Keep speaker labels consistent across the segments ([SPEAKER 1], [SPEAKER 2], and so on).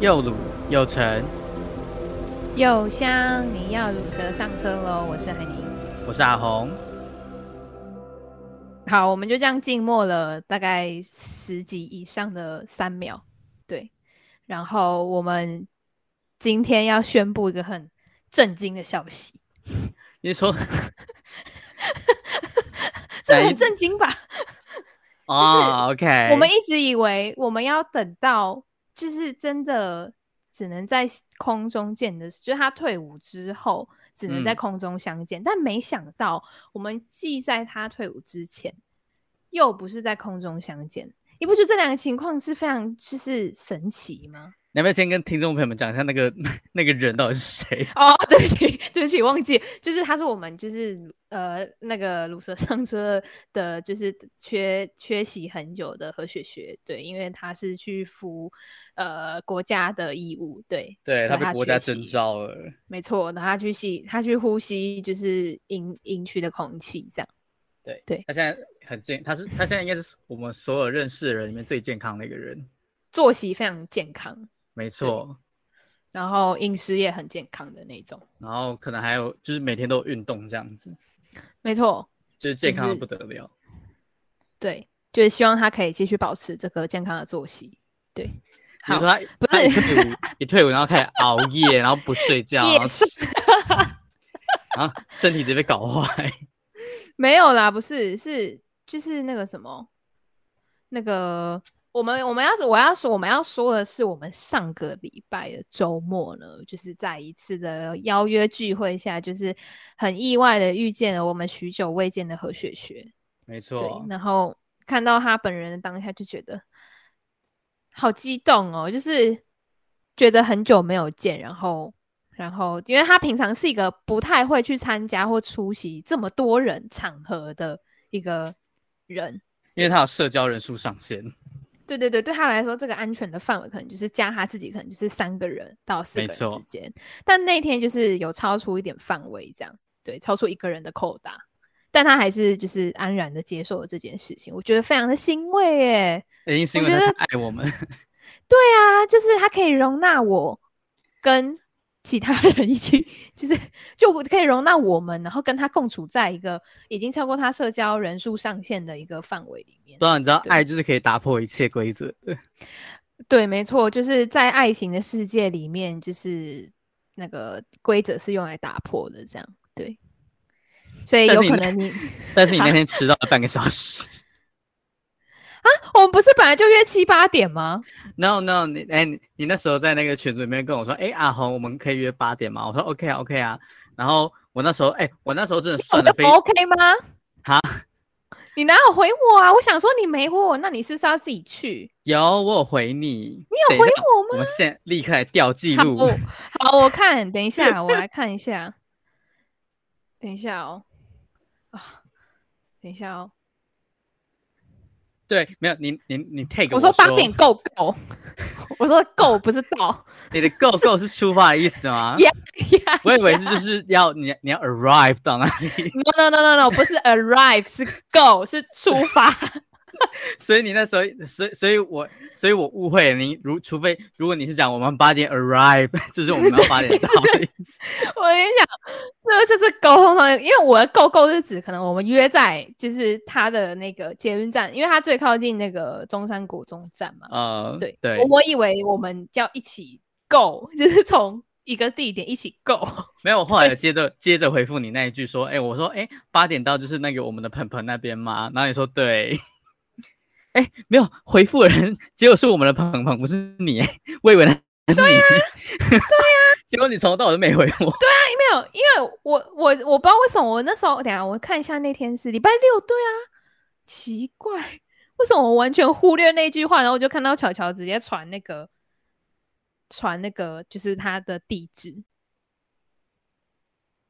[SPEAKER 1] 又鲁又橙，
[SPEAKER 2] 又香，你要乳蛇上车喽！我是海宁。
[SPEAKER 1] 我是阿红。
[SPEAKER 2] 好，我们就这样静默了大概十集以上的三秒，对。然后我们今天要宣布一个很震惊的消息，
[SPEAKER 1] 你说
[SPEAKER 2] 这
[SPEAKER 1] 哪
[SPEAKER 2] 个
[SPEAKER 1] 一
[SPEAKER 2] 很震惊吧？
[SPEAKER 1] 哦，OK，
[SPEAKER 2] 我们一直以为我们要等到就是真的只能在空中见的，就是他退伍之后只能在
[SPEAKER 1] 嗯
[SPEAKER 2] 空中相见，但没想到我们既在他退伍之前，又不是在空中相见。你不觉得这两个情况是非常就是神奇吗？
[SPEAKER 1] 你要不要先跟听众朋友们讲一下那个 那个人到底是谁？
[SPEAKER 2] 哦，对不起，对不起，忘记，就是他是我们就是呃那个鲁蛇上车的，就是缺缺席很久的何雪雪，对，因为他是去服呃国家的义务， 对，
[SPEAKER 1] 对
[SPEAKER 2] 所
[SPEAKER 1] 他
[SPEAKER 2] 以
[SPEAKER 1] 被国家
[SPEAKER 2] 缺席
[SPEAKER 1] 征召了。
[SPEAKER 2] 没错，然后他去吸，他去呼吸就是营营区的空气，这样，
[SPEAKER 1] 对
[SPEAKER 2] 对
[SPEAKER 1] 他现在很健，他是他现在应该是我们所有认识的人里面最健康的一个人。
[SPEAKER 2] 作息非常健康，
[SPEAKER 1] 没错，
[SPEAKER 2] 然后饮食也很健康的那种，
[SPEAKER 1] 然后可能还有就是每天都有运动这样子，
[SPEAKER 2] 没错，
[SPEAKER 1] 就是健康的
[SPEAKER 2] 就是
[SPEAKER 1] 不得了。
[SPEAKER 2] 对，就是希望他可以继续保持这个健康的作息，对，
[SPEAKER 1] 你
[SPEAKER 2] 好
[SPEAKER 1] 说。他
[SPEAKER 2] 不
[SPEAKER 1] 他一
[SPEAKER 2] 是
[SPEAKER 1] 退伍 一退伍，然后开始熬夜，然后不睡 觉，
[SPEAKER 2] 夜
[SPEAKER 1] 然后吃 然后身体直接被搞坏。
[SPEAKER 2] 没有啦，不是，是就是那个什么，那个我们我们要我要说我们要说的是，我们上个礼拜的周末呢，就是在一次的邀约聚会下，就是很意外的遇见了我们许久未见的何雪雪，
[SPEAKER 1] 没
[SPEAKER 2] 对
[SPEAKER 1] 错，，
[SPEAKER 2] 然后看到她本人的当下就觉得好激动哦，就是觉得很久没有见，然后。然后，因为她平常是一个不太会去参加或出席这么多人场合的一个人，
[SPEAKER 1] 因为他有社交人数上限。
[SPEAKER 2] 对对对，对他来说，这个安全的范围可能就是加他自己，可能就是三个人到四
[SPEAKER 1] 没
[SPEAKER 2] 个人之
[SPEAKER 1] 错
[SPEAKER 2] 间。但那天就是有超出一点范围，这样对，超出一个人的扣打，但他还是就是安然的接受了这件事情，我觉得非常的欣慰耶。
[SPEAKER 1] 原因是因
[SPEAKER 2] 我
[SPEAKER 1] 为
[SPEAKER 2] 觉
[SPEAKER 1] 他
[SPEAKER 2] 得
[SPEAKER 1] 太爱我们，
[SPEAKER 2] 对啊，就是他可以容纳我跟其他 人一起，就是就可以容纳我们，然后跟他共处在一个已经超过他社交人数上限的一个范围里面
[SPEAKER 1] 不。啊然你知道，
[SPEAKER 2] 对
[SPEAKER 1] 爱就是可以打破一切规则的。
[SPEAKER 2] 对，没错，就是在爱情的世界里面，就是那个规则是用来打破的，这样对。所以
[SPEAKER 1] 但
[SPEAKER 2] 有
[SPEAKER 1] 是你
[SPEAKER 2] 可
[SPEAKER 1] 那
[SPEAKER 2] 能你，
[SPEAKER 1] 但是你那 天迟到了半个小时。
[SPEAKER 2] 我们不是本来就约七八点吗？
[SPEAKER 1] no no，你哎、你你那时候在那个群组里面跟我说，哎、阿红，我们可以约八点吗？我说 OK 啊 OK 啊。然后我那时候哎、我那时候真的算
[SPEAKER 2] 我
[SPEAKER 1] 的
[SPEAKER 2] 都
[SPEAKER 1] 非
[SPEAKER 2] 不 OK 吗？
[SPEAKER 1] 哈，
[SPEAKER 2] 你哪有回我啊？我想说你没回我，那你是不是要自己去？
[SPEAKER 1] 有，我有回你。
[SPEAKER 2] 你
[SPEAKER 1] 等
[SPEAKER 2] 有
[SPEAKER 1] 一下
[SPEAKER 2] 回我吗？
[SPEAKER 1] 我们现在立刻来调记
[SPEAKER 2] 好
[SPEAKER 1] 录。
[SPEAKER 2] 好，我看，等一下，我来看一下，等一下哦，啊，等一下哦，
[SPEAKER 1] 对，没有你你你 take
[SPEAKER 2] 我说八点够不够？ 我说够不是到。
[SPEAKER 1] 你的 go go 是出发的意思 吗
[SPEAKER 2] Yeah 呀
[SPEAKER 1] 我以为是就是要你你要 arrive 到那里，
[SPEAKER 2] No no no no no，不是 arrive，是 go，是 出发。
[SPEAKER 1] 所以你那时候，所以所以我所以我误会了你，如除非如果你是讲我们八点 arrive，就是 我们要八点到的意思。
[SPEAKER 2] 我跟你讲，这就是沟通上，因为我的 go go 是指可能我们约在就是他的那个捷运站，因为他最靠近那个中山国中站嘛。
[SPEAKER 1] 呃，
[SPEAKER 2] 对
[SPEAKER 1] 对
[SPEAKER 2] 我，我以为我们要一起 go，就是 从一个地点一起 go。
[SPEAKER 1] 没有，我后来有接着接着回复你那一句说，哎、我说哎八、点到就是那个我们的盆盆那边嘛，然后你说对。哎、没有回复的人，结果是我们的鹏鹏，不是你、哎我以为那是你。对
[SPEAKER 2] 啊
[SPEAKER 1] 呀、 结果你从头到尾都没回我。
[SPEAKER 2] 没有，因为我我我不知道为什么我那时候，等一下我看一下那天是礼拜六，对啊，奇怪，为什么我完全忽略那句话，然后我就看到巧巧直接传那个传那个就是他的地址，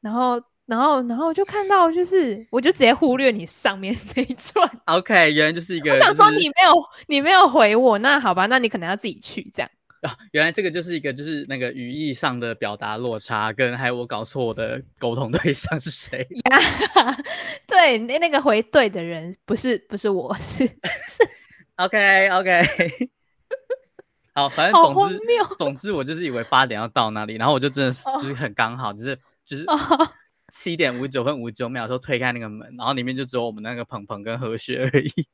[SPEAKER 2] 然后然后然后我就看到就是我就直接忽略你上面那 一串，
[SPEAKER 1] OK，原来就是一个。
[SPEAKER 2] 我想说
[SPEAKER 1] 就是
[SPEAKER 2] 你没有你没有回我，那好吧，那你可能要自己去这样。
[SPEAKER 1] 啊，原来这个就是一个就是那个语义上的表达落差，跟还有我搞错我的沟通对象是谁。
[SPEAKER 2] 对，那那个回对的 人不是不是我，是
[SPEAKER 1] OK OK， 好，反正
[SPEAKER 2] 好
[SPEAKER 1] 总
[SPEAKER 2] 荒
[SPEAKER 1] 之
[SPEAKER 2] 谬
[SPEAKER 1] 总之我就是以为八点要到那里，然后我就真的是就是很刚好，就是就是
[SPEAKER 2] 哦
[SPEAKER 1] 七点五九分五九秒的时候推开那个门，然后里面就只有我们那个鹏鹏跟何雪而已。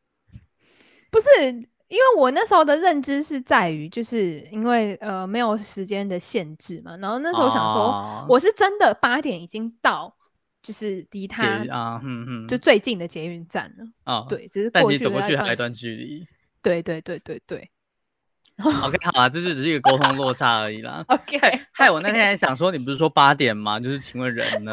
[SPEAKER 2] 不是，因为我那时候的认知是在于，就是因为呃没有时间的限制嘛，然后那时候想说，
[SPEAKER 1] 哦
[SPEAKER 2] 我是真的八点已经到，就是离
[SPEAKER 1] 捷
[SPEAKER 2] 他
[SPEAKER 1] 啊，嗯嗯，
[SPEAKER 2] 就最近的捷运站了。
[SPEAKER 1] 哦，
[SPEAKER 2] 对，只是
[SPEAKER 1] 但
[SPEAKER 2] 过
[SPEAKER 1] 其
[SPEAKER 2] 去
[SPEAKER 1] 实走
[SPEAKER 2] 的
[SPEAKER 1] 过
[SPEAKER 2] 那
[SPEAKER 1] 去还有一
[SPEAKER 2] 时
[SPEAKER 1] 段距离。
[SPEAKER 2] 对对对对对。
[SPEAKER 1] OK，好啊，这就只是一个沟通落差而已啦
[SPEAKER 2] ，OK。
[SPEAKER 1] 害我那天还想说，你不是说八点吗？就是请问人呢？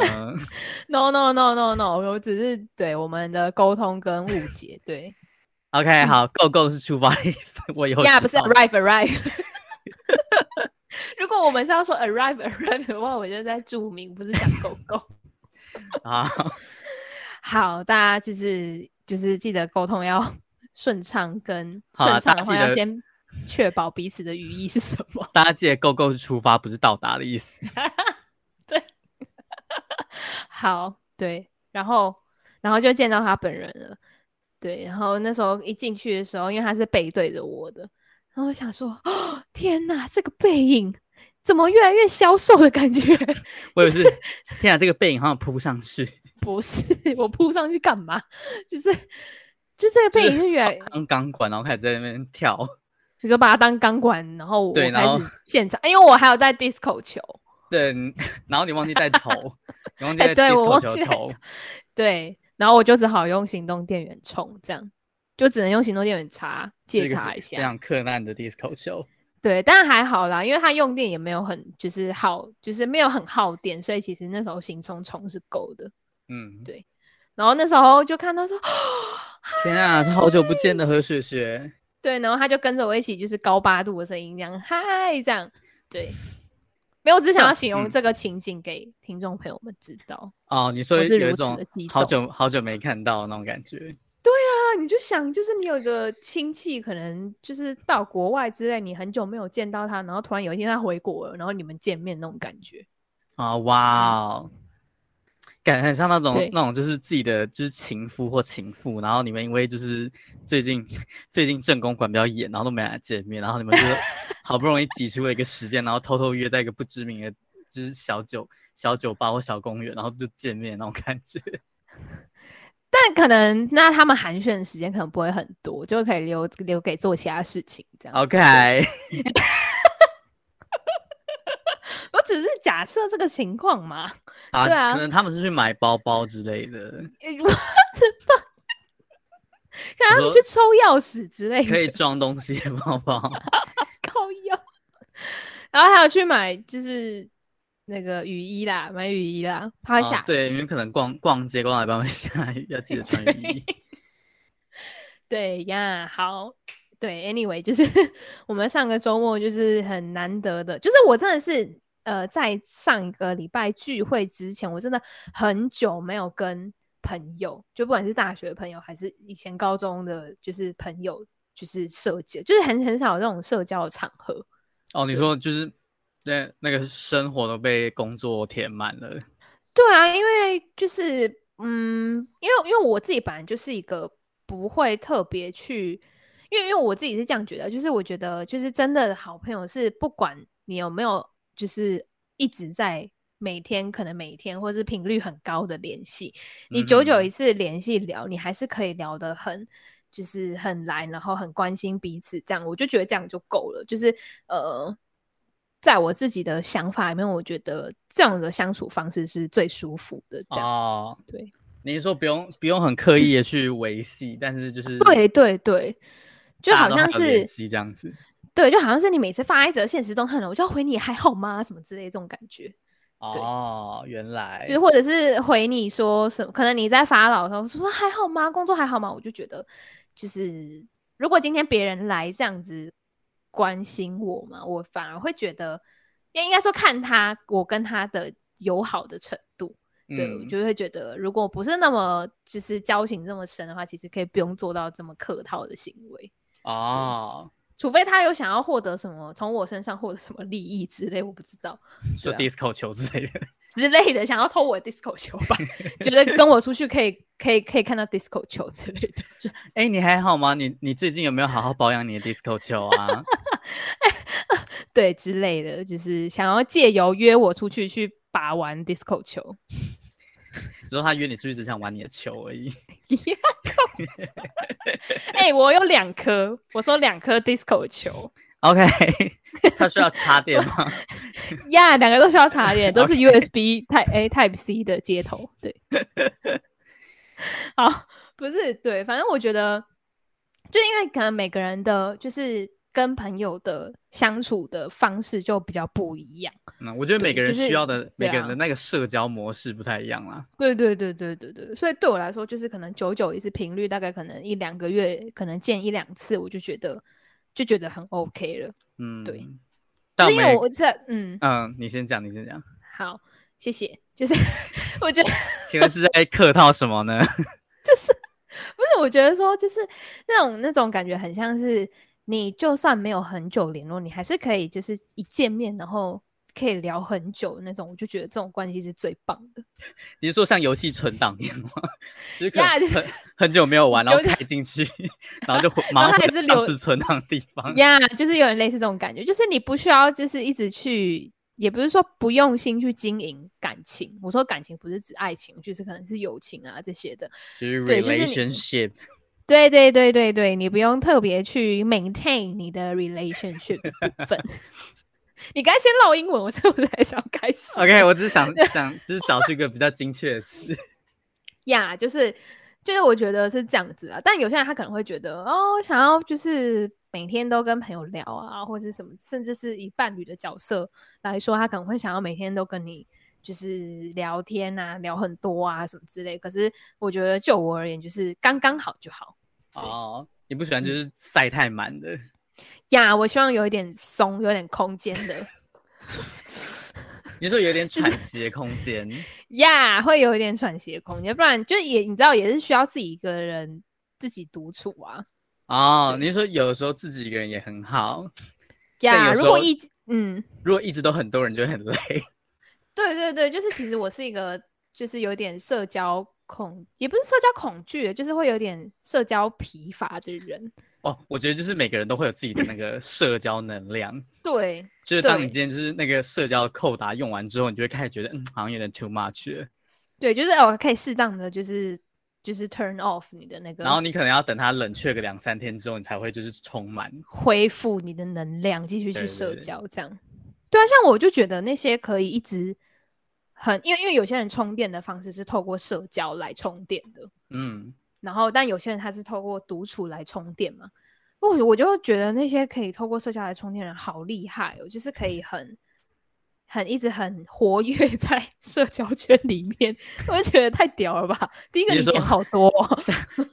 [SPEAKER 2] No no no no no，我只是对我们的沟通跟误解，对
[SPEAKER 1] OK，好，Go Go 是出发的意思， 我以后
[SPEAKER 2] 呀
[SPEAKER 1] 知
[SPEAKER 2] 不是
[SPEAKER 1] 道
[SPEAKER 2] arrive arrive。如果我们是要说 arrive arrive 的话，我就在注明，不是讲狗狗。
[SPEAKER 1] 啊，
[SPEAKER 2] 好，大家就是就是记得沟通要 顺畅，跟
[SPEAKER 1] 好啊
[SPEAKER 2] 顺畅
[SPEAKER 1] 大家
[SPEAKER 2] 的话
[SPEAKER 1] 记
[SPEAKER 2] 要
[SPEAKER 1] 得
[SPEAKER 2] 先确保彼此的语义是什么。
[SPEAKER 1] 大家记得 Go Go 是出发，不是到达的意思。
[SPEAKER 2] 好，对，然后然后就见到他本人了，对，然后那时候一进去的时候，因为他是背对着我的，然后我想说， 哦，天哪，这个背影怎么越来越消瘦的感觉？
[SPEAKER 1] 我也是，天啊，这个背影好像扑上去，
[SPEAKER 2] 不是，我扑上去干嘛？ 就是就这个背影就越来，
[SPEAKER 1] 当钢管，然后开始在那边跳。
[SPEAKER 2] 你就把它当钢管，然后我
[SPEAKER 1] 对
[SPEAKER 2] 开
[SPEAKER 1] 然后
[SPEAKER 2] 始现场，哎因为我还有带 disco 球，
[SPEAKER 1] 对，你然后你忘记带头，你忘记
[SPEAKER 2] 哎
[SPEAKER 1] 带
[SPEAKER 2] 对我
[SPEAKER 1] disco
[SPEAKER 2] 忘
[SPEAKER 1] 球
[SPEAKER 2] 记带
[SPEAKER 1] 头，
[SPEAKER 2] 对，然后我就只好用行动电源充，这样就只能用行动电源查
[SPEAKER 1] 是
[SPEAKER 2] 借
[SPEAKER 1] 一个
[SPEAKER 2] 查
[SPEAKER 1] 非
[SPEAKER 2] 一下
[SPEAKER 1] 非。常困难的 disco 球。
[SPEAKER 2] 对，但还好啦，因为它用电也没有很就是耗，就是没有很耗电，所以其实那时候行冲冲是够的。
[SPEAKER 1] 嗯，
[SPEAKER 2] 对然后那时候就看到说，
[SPEAKER 1] 天啊，是好久不见的何雪雪。
[SPEAKER 2] 对，然后他就跟着我一起就是高八度的声音这样嗨这样，对，没有，我只想要形容
[SPEAKER 1] 嗯
[SPEAKER 2] 这个情景给听众朋友们知道。
[SPEAKER 1] 哦，你说
[SPEAKER 2] 我是
[SPEAKER 1] 有一
[SPEAKER 2] 如此
[SPEAKER 1] 种
[SPEAKER 2] 地激
[SPEAKER 1] 好
[SPEAKER 2] 动
[SPEAKER 1] 久好久没看到的那种感觉，
[SPEAKER 2] 那你就想，就是你有一个亲戚，可能就是到国外之类，你很久没有见到他，然后突然有一天他回国了，然后你们见面那种感觉。
[SPEAKER 1] 啊、哇哦，感很像那种
[SPEAKER 2] 嗯对
[SPEAKER 1] 那种就是自己的就是情夫或情妇，然后你们因为就是最近最近正宫管比较严，然后都没来见面，然后你 们就是好不容易挤出了一个时间，然后偷偷约在一个不知名的就是小酒小酒吧或小公园，然后就见面那种感觉。
[SPEAKER 2] 但可能那他们寒暄的时间可能不会很多，就可以留留给做其他事情这样。
[SPEAKER 1] OK，
[SPEAKER 2] 我只是假设这个情况嘛，
[SPEAKER 1] 啊，
[SPEAKER 2] 对啊
[SPEAKER 1] 可能他们是去买包包之类的，
[SPEAKER 2] 呃我 可能他
[SPEAKER 1] 说
[SPEAKER 2] 们去抽钥匙之类
[SPEAKER 1] 可
[SPEAKER 2] 的，
[SPEAKER 1] 以装东西的包包。
[SPEAKER 2] 靠腰。然后还有去买就是那个雨衣啦，买雨衣啦， 怕会
[SPEAKER 1] 哦
[SPEAKER 2] 下雨。
[SPEAKER 1] 对，因为可能逛逛街逛到一半会下雨，要记得穿雨衣。
[SPEAKER 2] 对呀，好，对，anyway，就是 我们上个周末就是很难得的，就是我真的是呃，在上一个礼拜聚会之前，我真的很久没有跟朋友，就不管是大学的朋友还是以前高中的，就是朋友，就是社交，就是很很少有这种社交的场合。
[SPEAKER 1] 哦，你说就是那那个生活都被工作填满了，
[SPEAKER 2] 对啊，因为就是嗯，因为因为我自己本来就是一个不会特别去，因为因为我自己是这样觉得，就是我觉得就是真的好朋友是不管你有没有就是一直在每天可能每天或是频率很高的联系，你久久
[SPEAKER 1] 嗯
[SPEAKER 2] 一次联系聊，你还是可以聊得很。就是很来，然后很关心彼此，这样我就觉得这样就够了。就是呃，在我自己的想法里面，我觉得这样的相处方式是最舒服的。这样，
[SPEAKER 1] 哦，
[SPEAKER 2] 对，
[SPEAKER 1] 你是说不用不用很刻意的去维系，但是就是
[SPEAKER 2] 对对对，就
[SPEAKER 1] 大
[SPEAKER 2] 好
[SPEAKER 1] 家都还
[SPEAKER 2] 像
[SPEAKER 1] 有联
[SPEAKER 2] 是
[SPEAKER 1] 系这样子。
[SPEAKER 2] 对，就好像是你每次发一则现实动态呢，我就要回你还好吗？什么之类这种感觉，
[SPEAKER 1] 哦，原来
[SPEAKER 2] 就是或者是回你说什么，可能你在发牢骚说还好吗？工作还好吗？我就觉得就是如果今天别人来这样子关心我嘛，我反而会觉得，应该说看他我跟他的友好的程度。对，我
[SPEAKER 1] 嗯
[SPEAKER 2] 就会觉得，如果不是那么就是交情这么深的话，其实可以不用做到这么客套的行为，
[SPEAKER 1] 哦，
[SPEAKER 2] 除非他有想要获得什么，从我身上获得什么利益之类，我不知道
[SPEAKER 1] 说
[SPEAKER 2] 啊
[SPEAKER 1] disco 球之类的。
[SPEAKER 2] 之类的，想要偷我的 disco 球吧， 觉得跟我出去可以可以可以看到 disco 球之类的。
[SPEAKER 1] 哎，你还好吗？你你最近有没有好好保养你的 disco 球啊？
[SPEAKER 2] 对之类的，就是想要借由约我出去去把玩 disco 球。
[SPEAKER 1] 只是他约你出去只想玩你的球而已。
[SPEAKER 2] 哎、我有两颗，我说两颗 disco 球
[SPEAKER 1] OK，他需要插电吗？
[SPEAKER 2] 呀两个都需要插电，都是 USB Type A Type C 的接头。 对，好，不是对，反正我觉得，就因为可能每个人的就是跟朋友的相处的方式就比较不一样。
[SPEAKER 1] 嗯，我觉得每
[SPEAKER 2] 对
[SPEAKER 1] 个人
[SPEAKER 2] 就是
[SPEAKER 1] 需要的、每
[SPEAKER 2] 对
[SPEAKER 1] 个人
[SPEAKER 2] 啊
[SPEAKER 1] 的那个社交模式不太一样啦。
[SPEAKER 2] 对对对对对对，所以对我来说，就是可能久久一次频率，大概可能一两个月，可能见一两次，我就觉得就觉得很 OK 了。
[SPEAKER 1] 嗯，
[SPEAKER 2] 对。
[SPEAKER 1] 但
[SPEAKER 2] 就
[SPEAKER 1] 我
[SPEAKER 2] 是因
[SPEAKER 1] 们
[SPEAKER 2] 为
[SPEAKER 1] 也
[SPEAKER 2] 我这嗯，
[SPEAKER 1] 嗯，你先讲，你先讲。
[SPEAKER 2] 好，谢谢。就是 我觉得
[SPEAKER 1] 请问是在客套什么呢？
[SPEAKER 2] 不是，我觉得说就是那种那种感觉，很像是你就算没有很久联络，你还是可以就是一见面，然后可以聊很久的那种。我就觉得这种关系是最棒的。
[SPEAKER 1] 你是说像游戏存档一样吗？就是可
[SPEAKER 2] 呀
[SPEAKER 1] 能
[SPEAKER 2] 就是
[SPEAKER 1] 很很久没有玩，然后
[SPEAKER 2] 有点
[SPEAKER 1] 开进去， 然后就回
[SPEAKER 2] 然
[SPEAKER 1] 马
[SPEAKER 2] 后
[SPEAKER 1] 上
[SPEAKER 2] 它
[SPEAKER 1] 回
[SPEAKER 2] 也
[SPEAKER 1] 到
[SPEAKER 2] 是
[SPEAKER 1] 上
[SPEAKER 2] 留
[SPEAKER 1] 次存档的地方。
[SPEAKER 2] 呀就是有点类似这种感觉，就是你不需要就是一直去，也不是说不用心去经营感情。我说感情不是指爱情，就是可能是友情啊这些的。
[SPEAKER 1] 就是
[SPEAKER 2] 对就是你
[SPEAKER 1] relationship，
[SPEAKER 2] 对对对对对，你不用特别去 maintain 你的 relationship 的部分。 你刚才先唠英文，我所以我才想开始。
[SPEAKER 1] OK，我只是想想，就是找出一个比较精确的 词。
[SPEAKER 2] 呀就是就是我觉得是这样子啊。但有些人他可能会觉得哦，想要就是每天都跟朋友聊啊，或是什么，甚至是以伴侣的角色来说，他可能会想要每天都跟你。就是聊天啊，聊很多啊，什么之类。可是我觉得，就我而言，就是刚刚好就好
[SPEAKER 1] 哦，你不喜欢
[SPEAKER 2] 嗯
[SPEAKER 1] 就是晒太满的，
[SPEAKER 2] 呀。我希望有一点松，有点空间的，
[SPEAKER 1] 你说有 点喘息的空间。
[SPEAKER 2] 呀会有一点喘息的空间，不然就也你知道也是需要自己一个人自己独处啊。
[SPEAKER 1] 哦，
[SPEAKER 2] 对
[SPEAKER 1] 你是说有时候自己一个人也很好，但
[SPEAKER 2] 呀
[SPEAKER 1] 有
[SPEAKER 2] 如
[SPEAKER 1] 时
[SPEAKER 2] 果
[SPEAKER 1] 候
[SPEAKER 2] 一嗯，
[SPEAKER 1] 如果一直都很多人就会很累。
[SPEAKER 2] 对对对，就是其实我是一个就是有点社交恐，也不是社交恐惧，就是会有点社交疲乏的人。
[SPEAKER 1] 哦，我觉得就是每个人都会有自己的那个社交能量，
[SPEAKER 2] 对
[SPEAKER 1] 就是当你
[SPEAKER 2] 对
[SPEAKER 1] 今天就是那个社交扣打用完之后，你就会开始觉得嗯，好像有点 too much 了。
[SPEAKER 2] 对，就是哦，可以适当的就是就是 turn off 你的那个，
[SPEAKER 1] 然后你可能要等它冷却个两三天之后，你才会就是充满。
[SPEAKER 2] 恢复你的能量，继续
[SPEAKER 1] 对对
[SPEAKER 2] 去社
[SPEAKER 1] 对
[SPEAKER 2] 交，这样。对啊，像我就觉得那些可以一直很，因为因为有些人充电的方式是透过社交来充电的，
[SPEAKER 1] 嗯，
[SPEAKER 2] 然后但有些人他是透过独处来充电嘛。我我就觉得那些可以透过社交来充电的人好厉害哦，就是可以
[SPEAKER 1] 嗯
[SPEAKER 2] 很很一直很活跃在 社交圈里面，我就觉得太屌了吧！第一个
[SPEAKER 1] 你
[SPEAKER 2] 你
[SPEAKER 1] 说
[SPEAKER 2] 钱好多、 哦，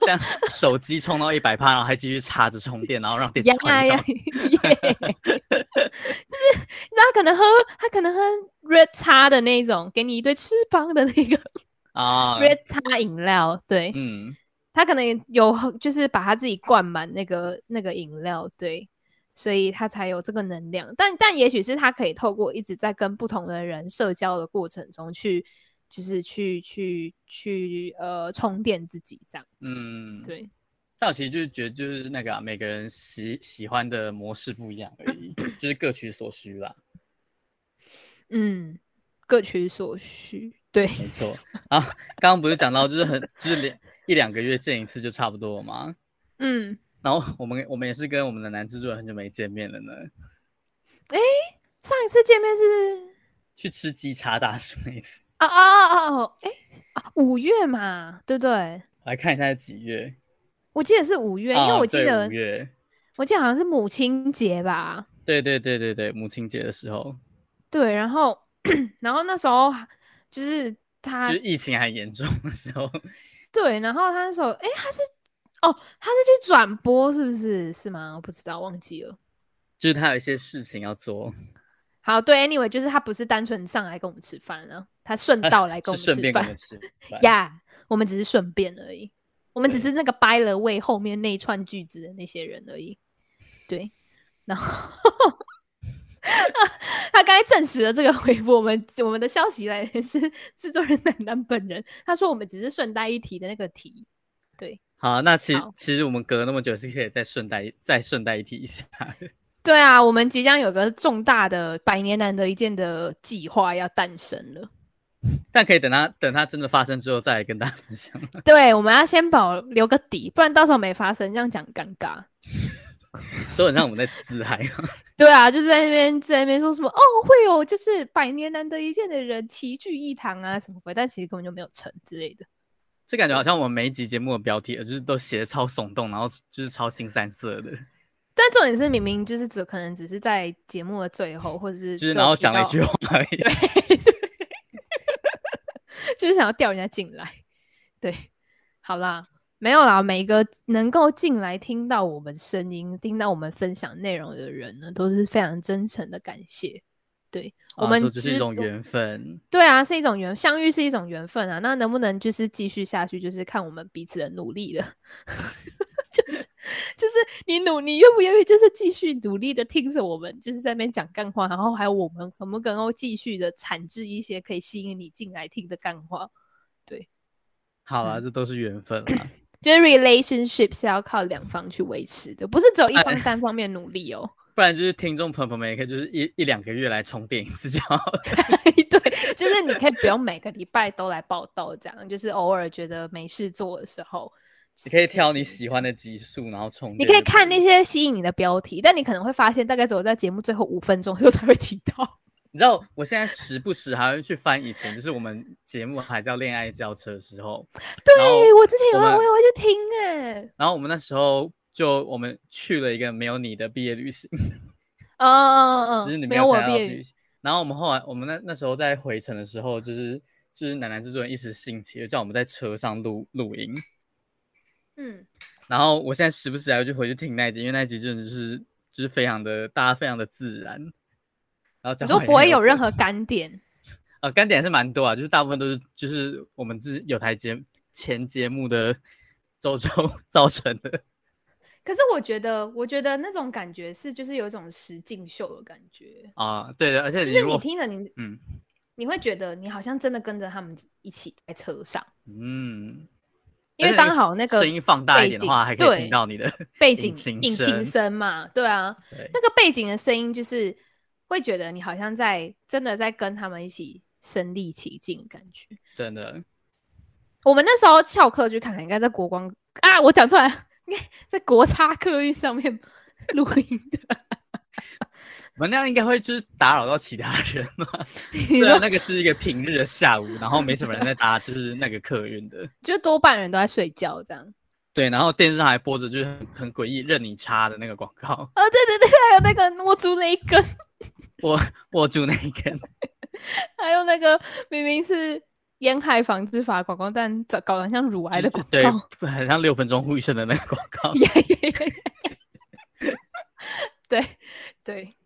[SPEAKER 1] 这样手机充到一百帕，然后还继续插着充电，然后让电池
[SPEAKER 2] 呀
[SPEAKER 1] 坏
[SPEAKER 2] 呀
[SPEAKER 1] 掉
[SPEAKER 2] 呀！。 就是你知道，可能喝他可能喝 red 叉的那一种，给你一堆翅膀的那个
[SPEAKER 1] 啊，
[SPEAKER 2] red 叉饮料，对、
[SPEAKER 1] 嗯，
[SPEAKER 2] 他可能有喝就是把他自己灌满那个那个饮料，对，所以他才有这个能量。但但也许是他可以透过一直在跟不同的人社交的过程中去，就是去去去呃充电自己这样，
[SPEAKER 1] 嗯，。
[SPEAKER 2] 对，
[SPEAKER 1] 但我其实就是觉得，就是那个、啊、每个人喜喜欢的模式不一样而 已，就是各取所需啦。
[SPEAKER 2] 嗯，各取所需，对。
[SPEAKER 1] 没错。 啊，刚刚不是讲到，就是很 就是两一两个月见一次就差不多了吗？
[SPEAKER 2] 嗯，
[SPEAKER 1] 然后我们我们也是跟我们的男制作人很久没见面了呢，
[SPEAKER 2] 上一次见面是
[SPEAKER 1] 去吃鸡叉大叔那一次，
[SPEAKER 2] 啊啊啊啊哦，哎、啊五月嘛，对不对？
[SPEAKER 1] 我来看一下是几月？
[SPEAKER 2] 我记得是五月，
[SPEAKER 1] 啊
[SPEAKER 2] 因为我记
[SPEAKER 1] 对
[SPEAKER 2] 得
[SPEAKER 1] 五月，
[SPEAKER 2] 我记得好像是母亲节吧，
[SPEAKER 1] 对对对对对，母亲节的时候，
[SPEAKER 2] 对，然后然后那时候就是
[SPEAKER 1] 就
[SPEAKER 2] 他
[SPEAKER 1] 是疫情还严重的时候，
[SPEAKER 2] 对，然后他那时候哎、他是哦他是去转播是不是是吗？我不知道忘记了。
[SPEAKER 1] 就是他有一些事情要 做，
[SPEAKER 2] 好，对，anyway，就是他不是单纯上来跟我们吃饭啊，他顺
[SPEAKER 1] 他
[SPEAKER 2] 道来跟我
[SPEAKER 1] 哎是
[SPEAKER 2] 们
[SPEAKER 1] 顺
[SPEAKER 2] 吃
[SPEAKER 1] 便跟我
[SPEAKER 2] 饭
[SPEAKER 1] 们吃饭。
[SPEAKER 2] 呀我们只是顺便而已，我们只是那个 by the way 后面那一串句子的那些人而已。对，然后 他刚才证实了这个回复，我们我们的消息来源是制作人楠楠本人，他说我们只是顺带一提的那个题。对，
[SPEAKER 1] 好，那其
[SPEAKER 2] 好
[SPEAKER 1] 其实我们隔那么久是可以再顺带再顺带一提一下，
[SPEAKER 2] 对啊，我们即将有个重大的、百年难得一见的计划要诞生了。
[SPEAKER 1] 但可以等它等它真的发生之后再来跟大家分享。
[SPEAKER 2] 对，我们要先保留个底，不然到时候没发生，这样讲尴尬。
[SPEAKER 1] 所以很像我们在自嗨，
[SPEAKER 2] 对啊，就是在那边在那边说什么哦，会有就是百年难得一见的人齐聚一堂啊什么鬼，但其实根本就没有成之类的。
[SPEAKER 1] 这感觉好像我们每一集节目的标题，呃就是都写的超耸动，然后就是超新三色的，
[SPEAKER 2] 但重点是，明明就是只可能只是在节目的最后，或者是
[SPEAKER 1] 就是
[SPEAKER 2] 只
[SPEAKER 1] 然
[SPEAKER 2] 有
[SPEAKER 1] 后
[SPEAKER 2] 提
[SPEAKER 1] 讲了一
[SPEAKER 2] 到
[SPEAKER 1] 句，话而已。
[SPEAKER 2] 就是想要调人家进来。对，好啦，没有啦，每一个能够进来听到我们声音、听到我们分享内容的人呢，都是非常真诚的感谢。对、我
[SPEAKER 1] 啊
[SPEAKER 2] 们
[SPEAKER 1] 说就是
[SPEAKER 2] 知
[SPEAKER 1] 一种
[SPEAKER 2] 道
[SPEAKER 1] 缘分，
[SPEAKER 2] 对啊，是一种缘，相遇是一种缘分啊。那能不能就是继续下去，就是看我们彼此的 努力了。就是就是你努，你愿不愿意，就是继续努力的听着我们，就是在那边讲干话，然后还有我们可不能够继续的产制一些可以吸引你进来听的干话。
[SPEAKER 1] 好啦，
[SPEAKER 2] 嗯
[SPEAKER 1] 这都是缘分啦。
[SPEAKER 2] 就是 relationship 是要靠两方去维持的，不是只有一方单方面努力哦。
[SPEAKER 1] 不然就是听众朋友们也可以就是一一两个月来重点一次就好了。
[SPEAKER 2] 对，就是你可以不用每个礼拜都来报道，这样就是偶尔觉得没事做的时候，
[SPEAKER 1] 你可以挑
[SPEAKER 2] 听
[SPEAKER 1] 你
[SPEAKER 2] 一
[SPEAKER 1] 喜
[SPEAKER 2] 下
[SPEAKER 1] 欢的集数，然后重点
[SPEAKER 2] 你
[SPEAKER 1] 就
[SPEAKER 2] 可
[SPEAKER 1] 对了。
[SPEAKER 2] 以看那些吸引你的标题，但你可能会发现，大概只有在节目最后五分钟 时候才会提 到。
[SPEAKER 1] 你知道我现在时不时还会去翻以前，就是我们节目还叫《恋爱轿车》的时候，然后
[SPEAKER 2] 对我之前有
[SPEAKER 1] 我欸们
[SPEAKER 2] 啊，我也会去听哎、
[SPEAKER 1] 然后我们那时候就我们去了一个没有你的毕业旅行，
[SPEAKER 2] 嗯嗯嗯
[SPEAKER 1] 只是
[SPEAKER 2] 嗯
[SPEAKER 1] 你
[SPEAKER 2] 嗯，
[SPEAKER 1] 没
[SPEAKER 2] 有我
[SPEAKER 1] 参加
[SPEAKER 2] 毕
[SPEAKER 1] 到
[SPEAKER 2] 业
[SPEAKER 1] 毕业旅
[SPEAKER 2] 旅，
[SPEAKER 1] 行。然后我们后来，我们那那时候在回程的时候，就是就是奶奶制作人一时兴起，就叫我们在车上录录音。
[SPEAKER 2] 嗯，
[SPEAKER 1] 然后我现在时不时还会去回去听那一集，因为那一集真的就是就是非常的大家非常的自然，然后
[SPEAKER 2] 你
[SPEAKER 1] 讲
[SPEAKER 2] 就
[SPEAKER 1] 话也
[SPEAKER 2] 不会
[SPEAKER 1] 很
[SPEAKER 2] 有任
[SPEAKER 1] 梗
[SPEAKER 2] 何干点。
[SPEAKER 1] 呃，干点还是蛮多啊，就是大部分都是就是我们自有台节前节目的周 周造成的。
[SPEAKER 2] 可是我觉得，我觉得那种感觉是，就是有一种实境秀的感觉，
[SPEAKER 1] 啊、对的，而且
[SPEAKER 2] 就
[SPEAKER 1] 你
[SPEAKER 2] 是
[SPEAKER 1] 如
[SPEAKER 2] 你
[SPEAKER 1] 果
[SPEAKER 2] 听着你，
[SPEAKER 1] 嗯
[SPEAKER 2] 你会觉得你好像真的跟着他们一起在车上，
[SPEAKER 1] 嗯，
[SPEAKER 2] 因
[SPEAKER 1] 而
[SPEAKER 2] 为
[SPEAKER 1] 且你
[SPEAKER 2] 刚好那个
[SPEAKER 1] 声音放大
[SPEAKER 2] 背
[SPEAKER 1] 一点的
[SPEAKER 2] 景
[SPEAKER 1] 话，还可以
[SPEAKER 2] 对
[SPEAKER 1] 听到你的
[SPEAKER 2] 背
[SPEAKER 1] 引
[SPEAKER 2] 景
[SPEAKER 1] 擎
[SPEAKER 2] 引
[SPEAKER 1] 声
[SPEAKER 2] 擎声嘛，对啊，
[SPEAKER 1] 对
[SPEAKER 2] 那个背景的声音，就是会觉得你好像在真的在跟他们一起身临其境的感觉。
[SPEAKER 1] 真的
[SPEAKER 2] 我们那时候翘课去看看，应该在国光啊，我讲出来了，应该在国差客运上面 录音 的。
[SPEAKER 1] 我们那样应该会就是打扰到其他人嘛。
[SPEAKER 2] 你
[SPEAKER 1] 虽然
[SPEAKER 2] 说，
[SPEAKER 1] 啊那个是一个平日的下午，然后没什么人在搭，就是那个客运的。
[SPEAKER 2] 就多半人都在睡觉这样。哦
[SPEAKER 1] 对，然后电视上还播着就是很很诡异任你插的那个广告，
[SPEAKER 2] 哦，对对对，还有那个握住那一根，
[SPEAKER 1] 我握住那一根，
[SPEAKER 2] 还有那个明明是沿海防治法广告，但搞搞得像乳癌的广告。
[SPEAKER 1] 对，很像六分钟呼吁声的那个广 告。
[SPEAKER 2] 耶耶耶耶耶 对对，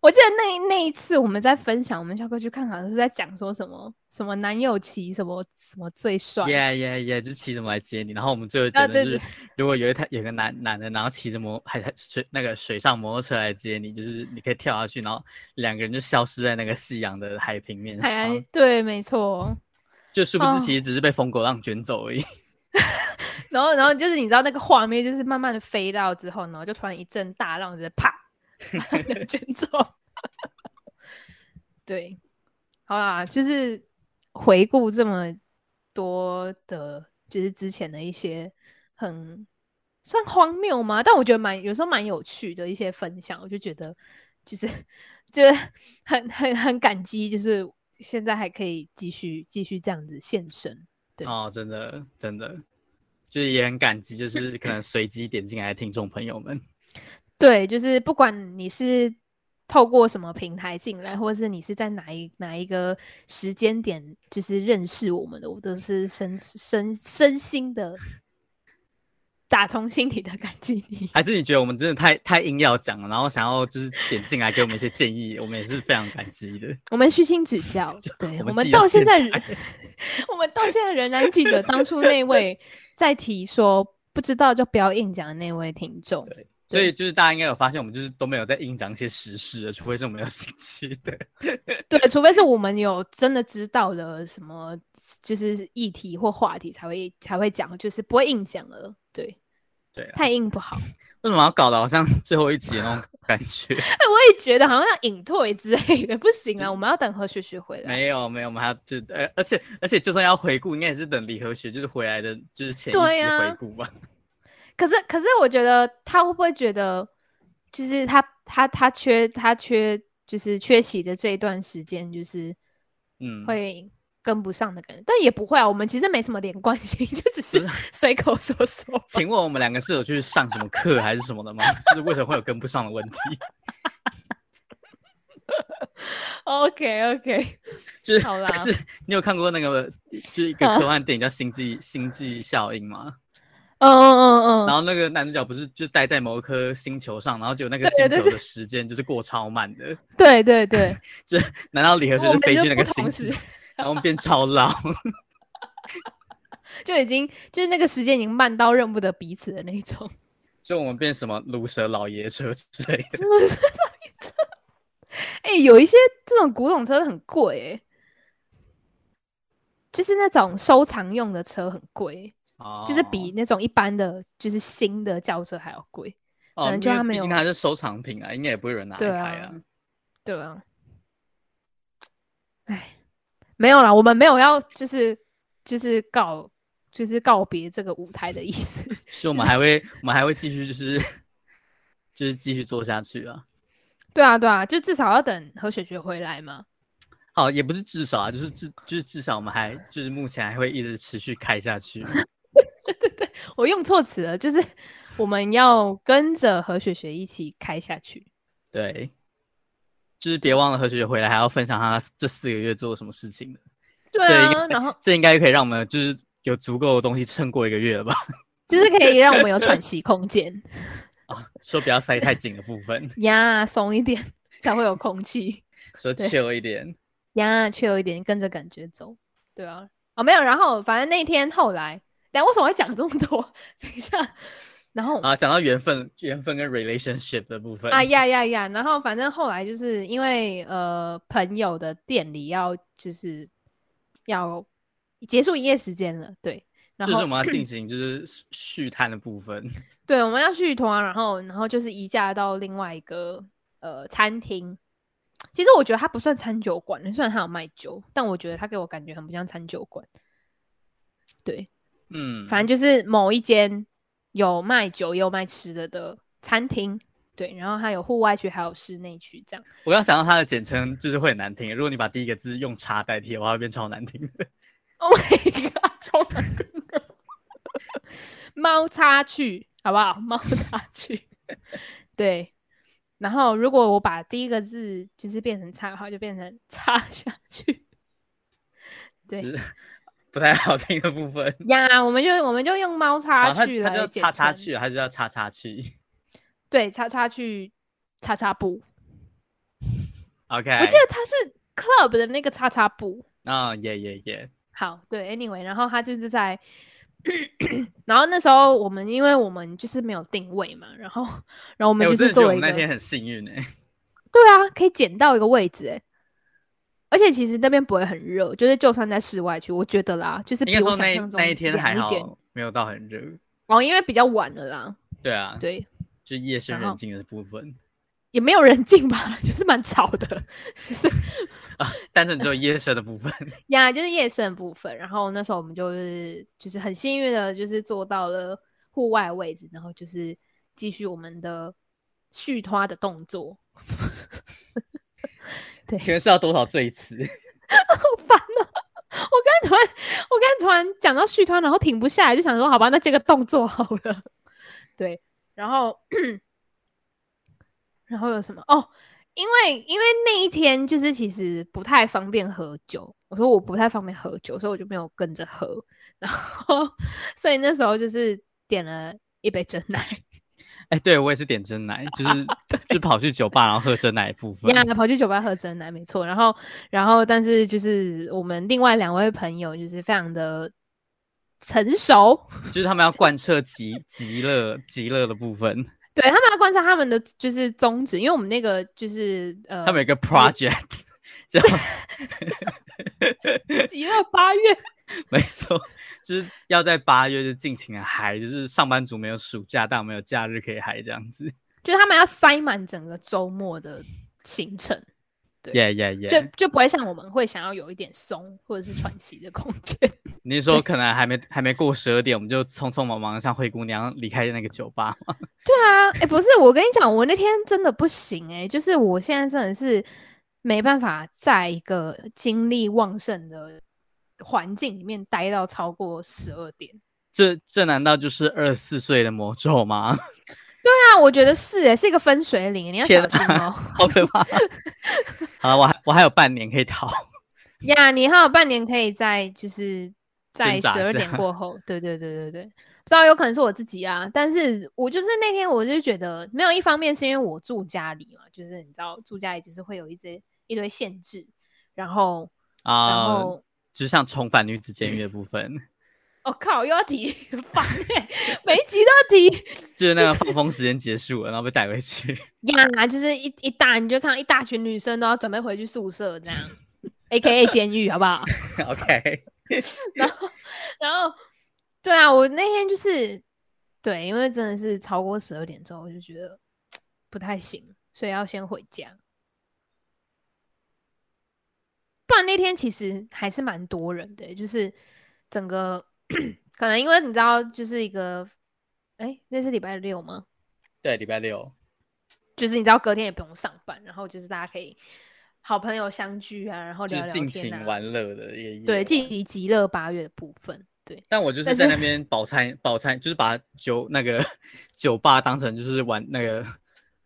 [SPEAKER 2] 我记得那那一次我们在分享，我们校哥去看，好像是在讲说什么什么男友骑什么什么最帅。
[SPEAKER 1] 耶耶耶！就是骑着摩来接你，然后我们最后
[SPEAKER 2] 啊
[SPEAKER 1] 结论
[SPEAKER 2] 对
[SPEAKER 1] 就是
[SPEAKER 2] 对，
[SPEAKER 1] 如果有一台有个男男的，然后骑着摩还还水那个水上摩托车来接你，就是你可以跳下去，然后两个人就消失在那个夕阳的海平面
[SPEAKER 2] 海
[SPEAKER 1] 上
[SPEAKER 2] 岸，对，没错。
[SPEAKER 1] 就殊不
[SPEAKER 2] 哦
[SPEAKER 1] 知其实只是被疯狗浪卷走而已。
[SPEAKER 2] 然后，然后就是你知道那个画面，就是慢慢的飞到之后，然后就突然一阵大浪，就是啪，把他们卷走。 对，好啦，就是回顾这么多的，就是之前的一些很算荒谬吗？但我觉得蛮有时候蛮有趣的一些分享，我就觉得就是就是很很很感激，就是现在还可以继续继续这样子现身。对
[SPEAKER 1] 哦，真的真的，就是也很感激，就是可能随机点进来的听众朋友们。
[SPEAKER 2] 对，就是不管你是透过什么平台进来，或者是你是在哪一哪一个时间点，就是认识我们的，我都是深深深心的打从心底的感激你。
[SPEAKER 1] 还是你觉得我们真的太太硬要讲了，然后想要就是点进来给我们一些建议，我们也是非常感激的。
[SPEAKER 2] 我们虚心指教
[SPEAKER 1] 就，
[SPEAKER 2] 对
[SPEAKER 1] 我
[SPEAKER 2] 我
[SPEAKER 1] 们
[SPEAKER 2] 们
[SPEAKER 1] 记
[SPEAKER 2] 到
[SPEAKER 1] 到现
[SPEAKER 2] 现在
[SPEAKER 1] 在
[SPEAKER 2] 仍，我们到现在仍然记得当初那位在提说不知道就不要硬讲的那位听众。
[SPEAKER 1] 对所以就是大家应该有发现，我们就是都没有在硬讲一些实事的，除非是我们有兴趣的。
[SPEAKER 2] 对，除非是我们有真的知道了什么，就是议题或话题才会才会讲，就是不会硬讲了。对，
[SPEAKER 1] 对啊，
[SPEAKER 2] 太硬不好。
[SPEAKER 1] 为什么要搞得好像最后一集的那种感觉？
[SPEAKER 2] 哎，我也觉得好像要隐退之类的，不行啊，我们要等何雪雪回来。
[SPEAKER 1] 没有没有，我们还要就呃，而且而且就算要回顾，应该也是等李和学就是回来的，就是前一
[SPEAKER 2] 对
[SPEAKER 1] 集
[SPEAKER 2] 啊
[SPEAKER 1] 回顾吧。
[SPEAKER 2] 可是，可是我觉得他会不会觉得，就是他他他缺他缺就是缺席的这一段时间，就是
[SPEAKER 1] 嗯，
[SPEAKER 2] 会跟不上的感觉。但也不会啊，我们其实没什么连贯性， 就只是
[SPEAKER 1] 不啊
[SPEAKER 2] 随口说说吧。
[SPEAKER 1] 请问我们两个是有去上什么课还是什么的吗？ 就是为什么会有跟不上的问题？
[SPEAKER 2] OK OK，
[SPEAKER 1] 就是
[SPEAKER 2] 好啦
[SPEAKER 1] 还是你有看过那个就是 一个
[SPEAKER 2] 啊
[SPEAKER 1] 科幻电影叫《星际星际效应》吗？
[SPEAKER 2] 嗯嗯嗯
[SPEAKER 1] 然
[SPEAKER 2] 嗯，
[SPEAKER 1] 后那个男主角不是就待在某一颗星球上，然后结果那个
[SPEAKER 2] 对
[SPEAKER 1] 星
[SPEAKER 2] 对
[SPEAKER 1] 球
[SPEAKER 2] 对
[SPEAKER 1] 的时间就是过超慢的。
[SPEAKER 2] 对对对，
[SPEAKER 1] 难道李和
[SPEAKER 2] 我
[SPEAKER 1] 就是
[SPEAKER 2] 们
[SPEAKER 1] 飞
[SPEAKER 2] 就
[SPEAKER 1] 去那
[SPEAKER 2] 不
[SPEAKER 1] 个
[SPEAKER 2] 同
[SPEAKER 1] 星
[SPEAKER 2] 时
[SPEAKER 1] 球，然后我们变超老？
[SPEAKER 2] 就已经就是那个时间已经慢到认不得彼此的那一种。
[SPEAKER 1] 就我们变什么卤蛇老爷车之类 的？
[SPEAKER 2] 哎、有一些这种古董车很贵哎、就是那种收藏用的车很贵欸、
[SPEAKER 1] 哦
[SPEAKER 2] 就是比那种一般的就是新的轿车还要贵。
[SPEAKER 1] 哦，
[SPEAKER 2] 嗯
[SPEAKER 1] 因
[SPEAKER 2] 就
[SPEAKER 1] 为
[SPEAKER 2] 他没
[SPEAKER 1] 毕竟
[SPEAKER 2] 有
[SPEAKER 1] 它是收藏品啊，应该也不会有人拿来
[SPEAKER 2] 对
[SPEAKER 1] 开
[SPEAKER 2] 啊
[SPEAKER 1] 啊。，
[SPEAKER 2] 对啊。哎，没有啦，我们没有要就是就是告就是告别这个舞台的意思。
[SPEAKER 1] 就我们还会我们还会继续就是 就是继续做下去啊。
[SPEAKER 2] 对啊，对啊，就至少要等何雪雪回来嘛。
[SPEAKER 1] 哦，也不是至少啊，就是至就是至少我们还就是目前还会一直持续开下去。
[SPEAKER 2] 我用错词了，就是 我们要跟着何雪雪一起开下去。
[SPEAKER 1] 对，就是别忘了何雪雪回来还要分享她这四个月做了什么事情的。
[SPEAKER 2] 对
[SPEAKER 1] 这应
[SPEAKER 2] 啊，
[SPEAKER 1] 该
[SPEAKER 2] 然后
[SPEAKER 1] 这应该可以让我们就是有足够的东西撑过一个月了吧？
[SPEAKER 2] 就是可以让我们有 喘息空间
[SPEAKER 1] 说不要塞太紧的部分，
[SPEAKER 2] 呀，松一点才会有空气
[SPEAKER 1] 说
[SPEAKER 2] 对
[SPEAKER 1] chill 一点。
[SPEAKER 2] 呀，却有一点跟着感觉走。对啊，哦没有，然后反正那天后来，但为什么会讲这么多？等一下，然后
[SPEAKER 1] 啊，讲到缘分、缘分跟 relationship 的部分，
[SPEAKER 2] 啊呀呀呀！然后反正后来就是因为呃朋友的店里要就是要结束营业时间了，对，然
[SPEAKER 1] 就是
[SPEAKER 2] 后
[SPEAKER 1] 我 们要进行就是续续摊的部分。
[SPEAKER 2] 对我们要续团，然后然后就是移驾到另外一个呃餐厅。其实我觉得它不算餐酒馆，虽然它有卖酒，但我觉得它给我感觉很不像餐酒馆。对，
[SPEAKER 1] 嗯，
[SPEAKER 2] 反正就是某一间有卖酒也有卖吃的的餐厅，对，然后它有户外区还有室内区这样。
[SPEAKER 1] 我刚想到它的简称就是会很难听，如果你把第一个字用叉代替的话，会变超难听的。
[SPEAKER 2] Oh my god，超 难听的。猫叉去，好不好？猫叉去，对。然后如果我把第一个字就是变成叉的话，就变成叉下去。对
[SPEAKER 1] 是不太好听的部分。
[SPEAKER 2] 呀，我们就我们就用猫
[SPEAKER 1] 啊，
[SPEAKER 2] 叉
[SPEAKER 1] 它
[SPEAKER 2] 去
[SPEAKER 1] 它
[SPEAKER 2] 来
[SPEAKER 1] 叫
[SPEAKER 2] 简
[SPEAKER 1] 叉叉
[SPEAKER 2] 称，
[SPEAKER 1] 去，它就叫叉叉去。
[SPEAKER 2] 对，叉叉去叉叉布。
[SPEAKER 1] OK，
[SPEAKER 2] 我记得它是 club 的那个叉叉布。
[SPEAKER 1] 啊，耶耶耶，
[SPEAKER 2] 好，对，anyway，然后他就是在， 然后那时候我们因为我们就是没有定位嘛，然后然后
[SPEAKER 1] 哎
[SPEAKER 2] 我们
[SPEAKER 1] 我
[SPEAKER 2] 就
[SPEAKER 1] 真的
[SPEAKER 2] 是
[SPEAKER 1] 觉
[SPEAKER 2] 做
[SPEAKER 1] 得我
[SPEAKER 2] 了一
[SPEAKER 1] 们
[SPEAKER 2] 个，
[SPEAKER 1] 那天很幸运哎、
[SPEAKER 2] 对啊，可以捡到一个位置哎，而且其实那边不会很热，就是就算在室外去，我觉得啦，就是
[SPEAKER 1] 应
[SPEAKER 2] 比
[SPEAKER 1] 该
[SPEAKER 2] 我
[SPEAKER 1] 说
[SPEAKER 2] 想
[SPEAKER 1] 那一
[SPEAKER 2] 象中
[SPEAKER 1] 那一天
[SPEAKER 2] 凉
[SPEAKER 1] 还
[SPEAKER 2] 一点
[SPEAKER 1] 好，没有到很热。
[SPEAKER 2] 哦，因为比较晚了啦，
[SPEAKER 1] 对啊，
[SPEAKER 2] 对，
[SPEAKER 1] 就夜深
[SPEAKER 2] 然后
[SPEAKER 1] 人静的部 分
[SPEAKER 2] 也没有人进吧，就是蛮吵的，就是
[SPEAKER 1] 啊，单纯只有夜深的部分。
[SPEAKER 2] 呀就是夜深的部分。然后那时候我们就是就是很幸运的，就是坐到了户外位置，然后就是继续我们的续花的动作。对，
[SPEAKER 1] 请问是要多少赘 词？
[SPEAKER 2] 好烦哦、 我刚才突然，我刚才突然讲到续团，然后停不下来，就想说好吧，那这个动作好了。 对，然后 然后有什么？哦，因为因为那一天就是其实不太方便喝酒，我说我不太方便喝酒，所以我就没有跟着喝。 然后所以那时候就是点了一杯真奶，
[SPEAKER 1] 哎、对我也是点真奶，就是 就是跑去酒吧然后喝真奶的部分。
[SPEAKER 2] 呀，跑去酒吧喝真奶，没错。然后，然后，但是就是我们另外两位朋友就是非常的成熟，
[SPEAKER 1] 就是他们要贯彻极极乐极乐的部分，
[SPEAKER 2] 对他们要观察他们的就是宗旨，因为我们那个就是呃，
[SPEAKER 1] 他们有一个 project 觉。
[SPEAKER 2] 急到八月，
[SPEAKER 1] 没错， 就是要在八月就尽情的嗨，就是上班族没有暑假，但我们有假日可以嗨这样子。
[SPEAKER 2] 就是他们要塞满整个周末的行程，对
[SPEAKER 1] 耶耶
[SPEAKER 2] 就
[SPEAKER 1] 耶！
[SPEAKER 2] 就不会像我们会想要有一点松或者是喘息的空间。
[SPEAKER 1] 你是说可能还没还没过十二点，我们就匆匆忙忙地像灰姑娘离开那个酒吧吗？
[SPEAKER 2] 对啊，哎、不是，我跟你讲，我那天真的不行哎、就是我现在真的是没办法在一个精力旺盛的环境里面待到超过十二点。
[SPEAKER 1] 这这难道就是二十四岁的魔咒吗？
[SPEAKER 2] 对啊，我觉得是哎、是一个分水岭欸，你要
[SPEAKER 1] 天
[SPEAKER 2] 小心哦、
[SPEAKER 1] 好可怕！好了，我还我还有半年可以逃。
[SPEAKER 2] 呀你还有半年可以在就是在
[SPEAKER 1] 挣扎
[SPEAKER 2] 十
[SPEAKER 1] 一
[SPEAKER 2] 二
[SPEAKER 1] 下
[SPEAKER 2] 点过 后，对对对对对，不知道有可能是我自己啊，但是我就是那天我就觉得没有，一方面是因为我住家里嘛，就是你知道住家里就是会有一堆一堆限制，然后然
[SPEAKER 1] 啊、
[SPEAKER 2] 后。
[SPEAKER 1] 就像重返女子监狱的部分，
[SPEAKER 2] 我、靠，又要提， 很烦欸，每一集都要提
[SPEAKER 1] 就是那个放风时间结束了，然后被带回去。
[SPEAKER 2] 呀，就是一一大，你就看到一大群女生都要准备回去宿舍这样 ，A K A 监狱，好不好？
[SPEAKER 1] OK，
[SPEAKER 2] 然后，对啊，我那天就是对，因为真的是超过十二点之后，我就觉得不太行，所以要先回家。不然那天其实还是蛮多人的，欸就是整个可能因为你知道，就是一个，哎，那是礼拜六吗？
[SPEAKER 1] 对，礼拜六，
[SPEAKER 2] 就是你知道隔天也不用上班，然后就是大家可以好朋友相聚啊，然后
[SPEAKER 1] 就
[SPEAKER 2] 聊
[SPEAKER 1] 是
[SPEAKER 2] 聊
[SPEAKER 1] 尽
[SPEAKER 2] 天
[SPEAKER 1] 情
[SPEAKER 2] 啊，
[SPEAKER 1] 玩乐的一个夜晚。
[SPEAKER 2] 对，自己极乐八月的部分，对，
[SPEAKER 1] 但我就是
[SPEAKER 2] 但
[SPEAKER 1] 在
[SPEAKER 2] 是
[SPEAKER 1] 那边饱餐饱餐，就是把酒那个酒吧当成就是玩那个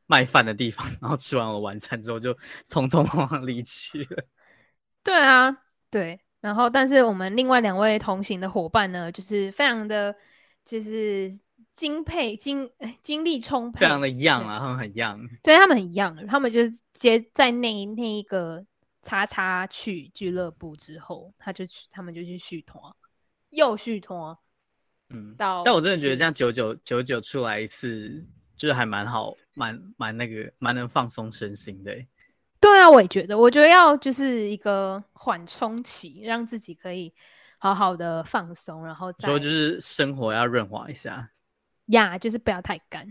[SPEAKER 1] 卖饭的地方，然后吃完我晚餐之后就匆匆忙忙离去了。
[SPEAKER 2] 对啊，对。然后，但是我们另外两位同行的伙伴呢，就是非常的，就是精沛、精哎精力充沛，
[SPEAKER 1] 非 常的样啊，他们很样。
[SPEAKER 2] 对他们很一样，他们就是直接在那一那一个叉叉去俱乐部之后，他就去，他们就去续团，又续团
[SPEAKER 1] 嗯，
[SPEAKER 2] 到，
[SPEAKER 1] 但我真的觉得这样九九九九出来一次，就是还蛮好，蛮蛮那个，蛮能放松身心的欸。
[SPEAKER 2] 对啊，我也觉得，我觉得要就是一个缓冲期，让自己可以好好的放松，然后再
[SPEAKER 1] 所以就是生活要润滑一下，
[SPEAKER 2] 呀，就是不要太干。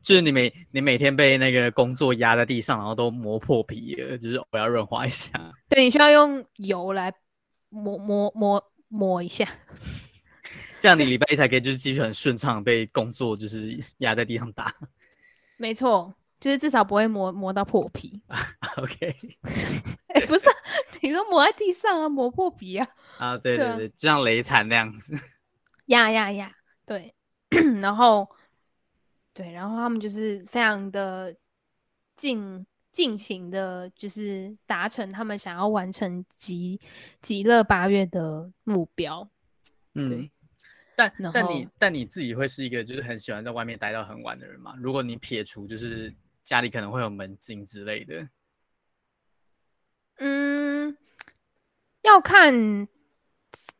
[SPEAKER 1] 就是你每你每天被那个工作压在地上，然后都磨破皮了，就是我要润滑一下。
[SPEAKER 2] 对，你需要用油来抹抹抹抹一下。
[SPEAKER 1] 这样你礼拜一才可以就是继续很顺畅地被工作就是压在地上打。
[SPEAKER 2] 没错，就是至少不会磨磨到破皮。
[SPEAKER 1] OK，
[SPEAKER 2] 哎、不是啊， 你都磨在地上啊，磨破皮啊。
[SPEAKER 1] 啊，对
[SPEAKER 2] 对
[SPEAKER 1] 对
[SPEAKER 2] 啊
[SPEAKER 1] 对，就像雷惨那样子。
[SPEAKER 2] 呀呀呀，对， 然后对，然后他们就是非常的尽尽情的，就是达成他们想要完成极极乐八月的目标。
[SPEAKER 1] 嗯
[SPEAKER 2] 对，
[SPEAKER 1] 但
[SPEAKER 2] 然
[SPEAKER 1] 但
[SPEAKER 2] 后
[SPEAKER 1] 你但你自己会是一个就是很喜欢在外面待到很晚的人吗？如果你撇除就是家里可能会有门禁之类的，
[SPEAKER 2] 嗯，要看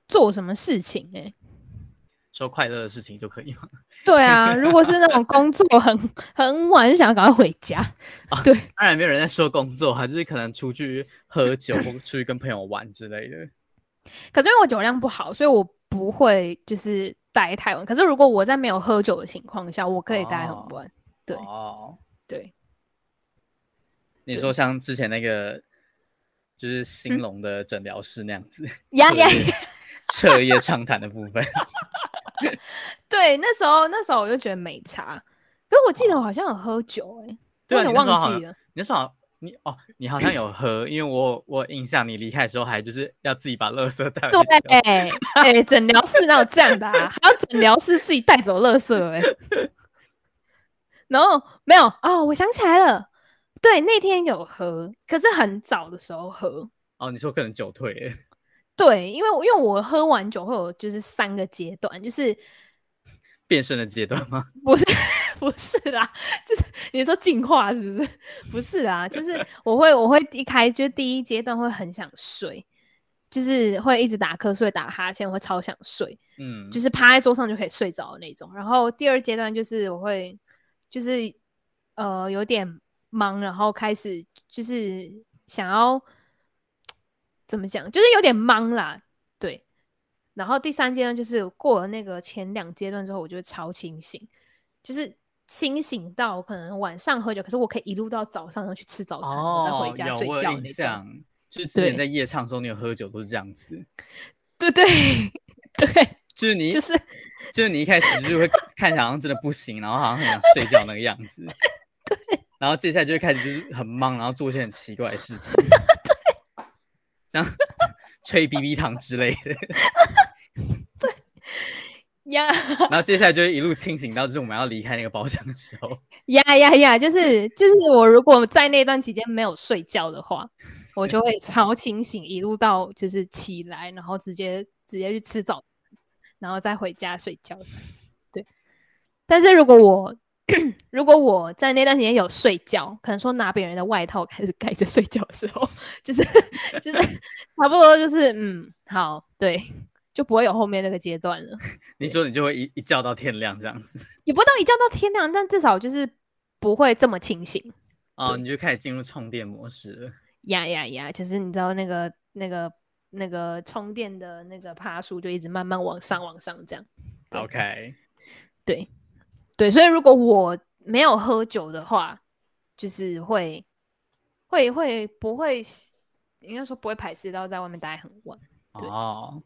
[SPEAKER 2] 做什么事情哎、
[SPEAKER 1] 说快乐的事情就可以吗？
[SPEAKER 2] 对啊，如果是那种工作很 很晚，就想要赶快回家。
[SPEAKER 1] 当然没有人在说工作哈，就是可能出去喝酒 或出去跟朋友玩之类的。
[SPEAKER 2] 可是因为我酒量不好，所以我不会就是待太晚。可是如果我在没有喝酒的情况下，我可以待
[SPEAKER 1] 哦
[SPEAKER 2] 很晚。对
[SPEAKER 1] 哦，
[SPEAKER 2] 对，
[SPEAKER 1] 你
[SPEAKER 2] 对嗯
[SPEAKER 1] 说像之前那个就是兴隆的诊疗室那样子，
[SPEAKER 2] 呀呀，
[SPEAKER 1] 就是彻夜畅谈的部分。
[SPEAKER 2] 对，那时候那时候我就觉得没差。可是我记得我好像有喝酒哎、
[SPEAKER 1] 哦对啊，
[SPEAKER 2] 我有
[SPEAKER 1] 你
[SPEAKER 2] 点
[SPEAKER 1] 那时候好
[SPEAKER 2] 忘
[SPEAKER 1] 像
[SPEAKER 2] 记了。
[SPEAKER 1] 你那时候好你哦，你好像有喝，因为我我有印象你离开的时候还就是要自己把垃圾带回去
[SPEAKER 2] 对，哎、哎，诊疗室哪有这样的啊？还有诊疗室自己带走垃圾哎、然后没有哦，我想起来了，对，那天有喝，可是很早的时候喝。
[SPEAKER 1] 哦，你说可能酒退 了，
[SPEAKER 2] 对，因为我因为我喝完酒会有就是三个阶段，就是
[SPEAKER 1] 变身的阶段 吗？
[SPEAKER 2] 不是不是啦，就是你说进化是不是？不是啦，就是我会我会一开就第一阶段会很想睡，就是会一直打瞌睡、打哈欠，会超想睡，
[SPEAKER 1] 嗯，
[SPEAKER 2] 就是趴在桌上就可以睡着的那种。然后第二阶段就是我会就是呃有点忙，然后开始就是想要怎么讲，就是有点懵啦，对。然后第三阶段就是过了那个前两阶段之后，我就会超清醒，就是清醒到我可能晚上喝酒，可是我可以一路到早上然后去吃早餐，我再回家
[SPEAKER 1] 哦有
[SPEAKER 2] 睡
[SPEAKER 1] 我有
[SPEAKER 2] 觉
[SPEAKER 1] 印
[SPEAKER 2] 那种。
[SPEAKER 1] 象，就是之前
[SPEAKER 2] 对
[SPEAKER 1] 在夜唱的时候，你有喝酒都是这样子，
[SPEAKER 2] 对 对对，
[SPEAKER 1] 就是你
[SPEAKER 2] 就是
[SPEAKER 1] 就是你一开始就会看起来好像真的不行，然后好像很想睡觉那个样 子。对。然后接下来就会开始就是很忙，然后做一些很奇怪的事情。对。像吹 BB 糖之类的，
[SPEAKER 2] 呀
[SPEAKER 1] 然后接下来就会一路清醒到就是我们要离开那个包厢的时候。
[SPEAKER 2] 呀呀呀，就是就是我如果在那段期间没有睡觉的话，我就会超清醒，一路到就是起来，然后直接直接去吃早餐，然后再回家睡觉这样。对，但是如果我如果我在那段时间有睡觉，可能说拿别人的外套开始盖着睡觉的时候，就是就是 差不多就是嗯好对，就不会有后面那个阶段了。
[SPEAKER 1] 你说你就会一一觉到天亮这样子，
[SPEAKER 2] 也不到一觉到天亮，但至少就是不会这么清醒。
[SPEAKER 1] 哦，你就开始进入充电模式了。
[SPEAKER 2] 呀呀呀！就是你知道那个那个那个充电的那个趴数就一直慢慢往上往上这样。对
[SPEAKER 1] OK，
[SPEAKER 2] 对对，所以如果我没有喝酒的话，就是会会会不会，应该说不会排斥到在外面待很晚。对
[SPEAKER 1] 哦，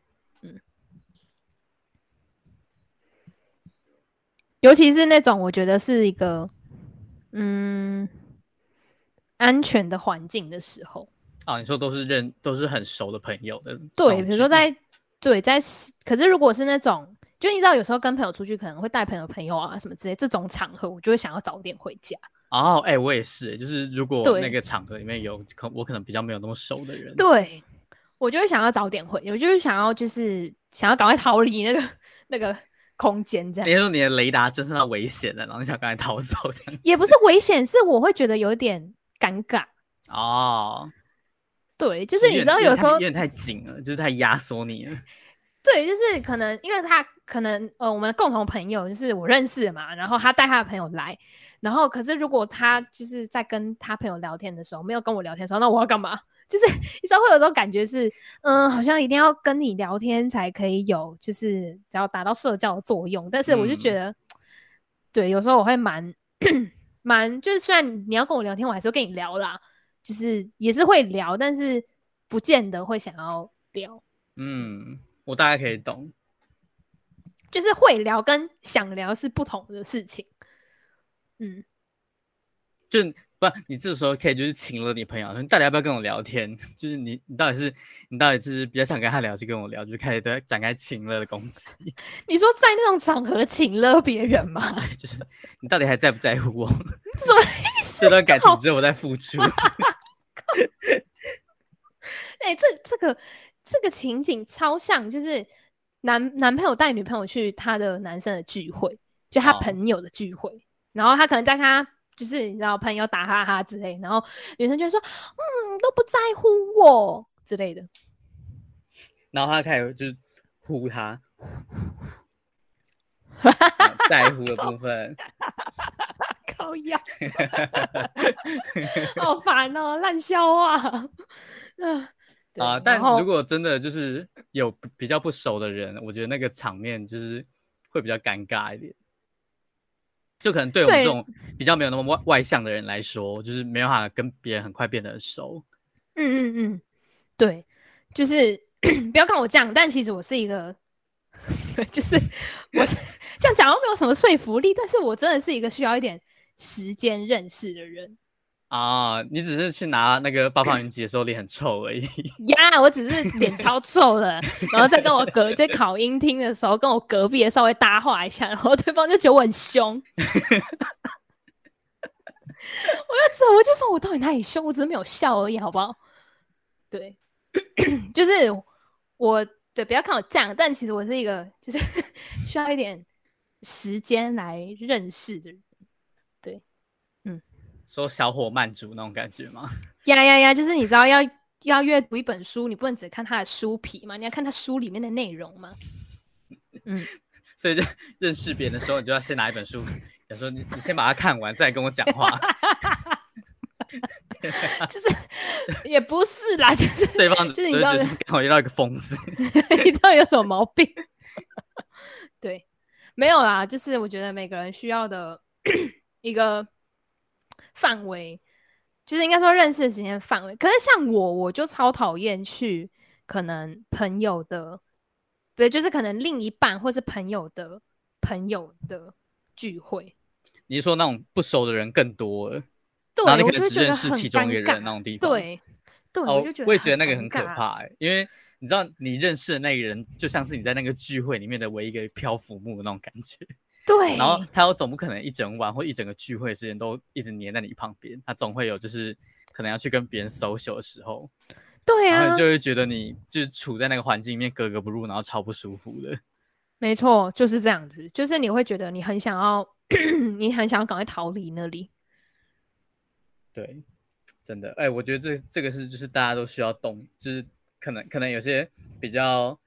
[SPEAKER 2] 尤其是那种我觉得是一个嗯安全的环境的时候，
[SPEAKER 1] 哦，你说都是认都是很熟的朋友的那种聚会，
[SPEAKER 2] 对，比如说在对在是，可是如果是那种，就你知道有时候跟朋友出去可能会带朋友朋友啊什么之类，这种场合我就会想要早点回家。
[SPEAKER 1] 哦，哎、我也是，就是如果
[SPEAKER 2] 对
[SPEAKER 1] 那个场合里面有可我可能比较没有那么熟的人，
[SPEAKER 2] 对，我就会想要早点回，我就是想要就是想要赶快逃离那个那个空间这
[SPEAKER 1] 你
[SPEAKER 2] 样。
[SPEAKER 1] 说你的雷达侦测到危险了，然后你想赶紧逃走这样子，
[SPEAKER 2] 也不是危险，是我会觉得有点尴尬。
[SPEAKER 1] 哦，
[SPEAKER 2] 对，就
[SPEAKER 1] 就是
[SPEAKER 2] 你知道有时候
[SPEAKER 1] 有点太紧了，就是太压缩你了，
[SPEAKER 2] 对，就是可能因为他可能呃，我们的共同朋友就是我认识的嘛，然后他带他的朋友来，然后可是如果他就是在跟他朋友聊天的时候没有跟我聊天的时候，那我要干嘛？ 就是你知道会有这种感觉是，嗯，好像一定要跟你聊天才可以有，就是只要达到社交的作用，但是我就觉
[SPEAKER 1] 嗯
[SPEAKER 2] 得，对，有时候我会蛮蛮，就是虽然你要跟我聊天，我还是会跟你聊啦，就是也是会聊，但是不见得会想要聊。
[SPEAKER 1] 嗯，我大概可以懂，
[SPEAKER 2] 就是会聊跟想聊是不同的事情。嗯，
[SPEAKER 1] 就不，你这时候可以就是请了你朋友，说你到底要不要跟我聊天？ 就是你，你到底是你到底是比较想跟他聊，就跟我聊，就开始对他展开情了的攻击，
[SPEAKER 2] 你说在那种场合请了别人吗？
[SPEAKER 1] 就是你到底还在不在乎我？
[SPEAKER 2] 什么意
[SPEAKER 1] 这段感情
[SPEAKER 2] 好
[SPEAKER 1] 只有我在付出，
[SPEAKER 2] 哎、这这个这个情景超像，就是男男朋友带女朋友去他的男生的聚会，就他
[SPEAKER 1] 哦
[SPEAKER 2] 朋友的聚会，然后他可能在跟他就是你知道朋友打哈哈之类，然后女生就会说嗯都不在乎我之类的，
[SPEAKER 1] 然后他开始就是呼 他，啊在乎的部分，
[SPEAKER 2] 靠 呀，好烦哦，烂笑话。 嗯，对
[SPEAKER 1] 啊，
[SPEAKER 2] 然
[SPEAKER 1] 但
[SPEAKER 2] 后
[SPEAKER 1] 如果真的就是有比比较不熟的人，我觉得那个场面就是会比较尴尬一点。就可能对我们
[SPEAKER 2] 对
[SPEAKER 1] 这种比较没有那么外外向的人来说，就是没有办法跟别人很快变得很熟。
[SPEAKER 2] 嗯嗯嗯，对，就是 不要看我这样，但其实我是一个， 就是我是这样讲又没有什么说服力，但是我真的是一个需要一点时间认识的人
[SPEAKER 1] 啊，你只是去拿那个 八方云集的时候脸很臭而已。
[SPEAKER 2] 呀。我只是脸超臭的，然后再跟我隔在考音听的时候，跟我隔壁的稍微搭话一下，然后对方就觉得我很凶。 我就说，我就说我到底哪里凶？我只是没有笑而已，好不好？对， 就是我对，不要看我这样，但其实我是一个就是 需要一点时间来认识的人。
[SPEAKER 1] 说小火慢煮那种感觉吗？
[SPEAKER 2] 呀呀呀！就是你知道要要阅读一本书，你不能只看它的书皮嘛，你要看它书里面的内容嘛。
[SPEAKER 1] 所以就认识别人 的时候，你就要先拿一本书，想说你你先把它看完，再来跟我讲话。
[SPEAKER 2] 就是也不是啦， 就是
[SPEAKER 1] 对方
[SPEAKER 2] 就是你
[SPEAKER 1] 只
[SPEAKER 2] 知道
[SPEAKER 1] 觉得刚好遇到一个疯子，
[SPEAKER 2] 你到底有什么毛病？ 对，没有啦，就是我觉得每个人需要的一个范围，就是应该说认识的时间范围。可是像我，我就超讨厌去可能朋友的，对，就是可能另一半或是朋友的朋友的聚会。
[SPEAKER 1] 你是说那种不熟的人更多了，
[SPEAKER 2] 对，
[SPEAKER 1] 然后你
[SPEAKER 2] 我
[SPEAKER 1] 可
[SPEAKER 2] 就
[SPEAKER 1] 能
[SPEAKER 2] 会
[SPEAKER 1] 只
[SPEAKER 2] 觉得
[SPEAKER 1] 认识
[SPEAKER 2] 很
[SPEAKER 1] 其中一个
[SPEAKER 2] 尴
[SPEAKER 1] 人
[SPEAKER 2] 尬。
[SPEAKER 1] 那种地方。
[SPEAKER 2] 对，对，
[SPEAKER 1] 哦
[SPEAKER 2] 我就觉，得
[SPEAKER 1] 我也觉得那个很可
[SPEAKER 2] 尴尬
[SPEAKER 1] 怕、欸，因为你知道你认识的那个人，就像是你在那个聚会里面的唯一一个漂浮木的那种感觉。
[SPEAKER 2] 对，
[SPEAKER 1] 然后他又总不可能一整晚或一整个聚会的时间都一直黏在你旁边，他总会有就是可能要去跟别人 social 的时候，
[SPEAKER 2] 对
[SPEAKER 1] 然后
[SPEAKER 2] 啊
[SPEAKER 1] 你，就会觉得你就是处在那个环境里面格格不入，然后超不舒服的。
[SPEAKER 2] 没错，就是这样子，就是你会觉得你很想要， 你很想要赶快逃离那里。
[SPEAKER 1] 对，真的，哎、我觉得这这个是就是大家都需要动，就是可能可能有些比较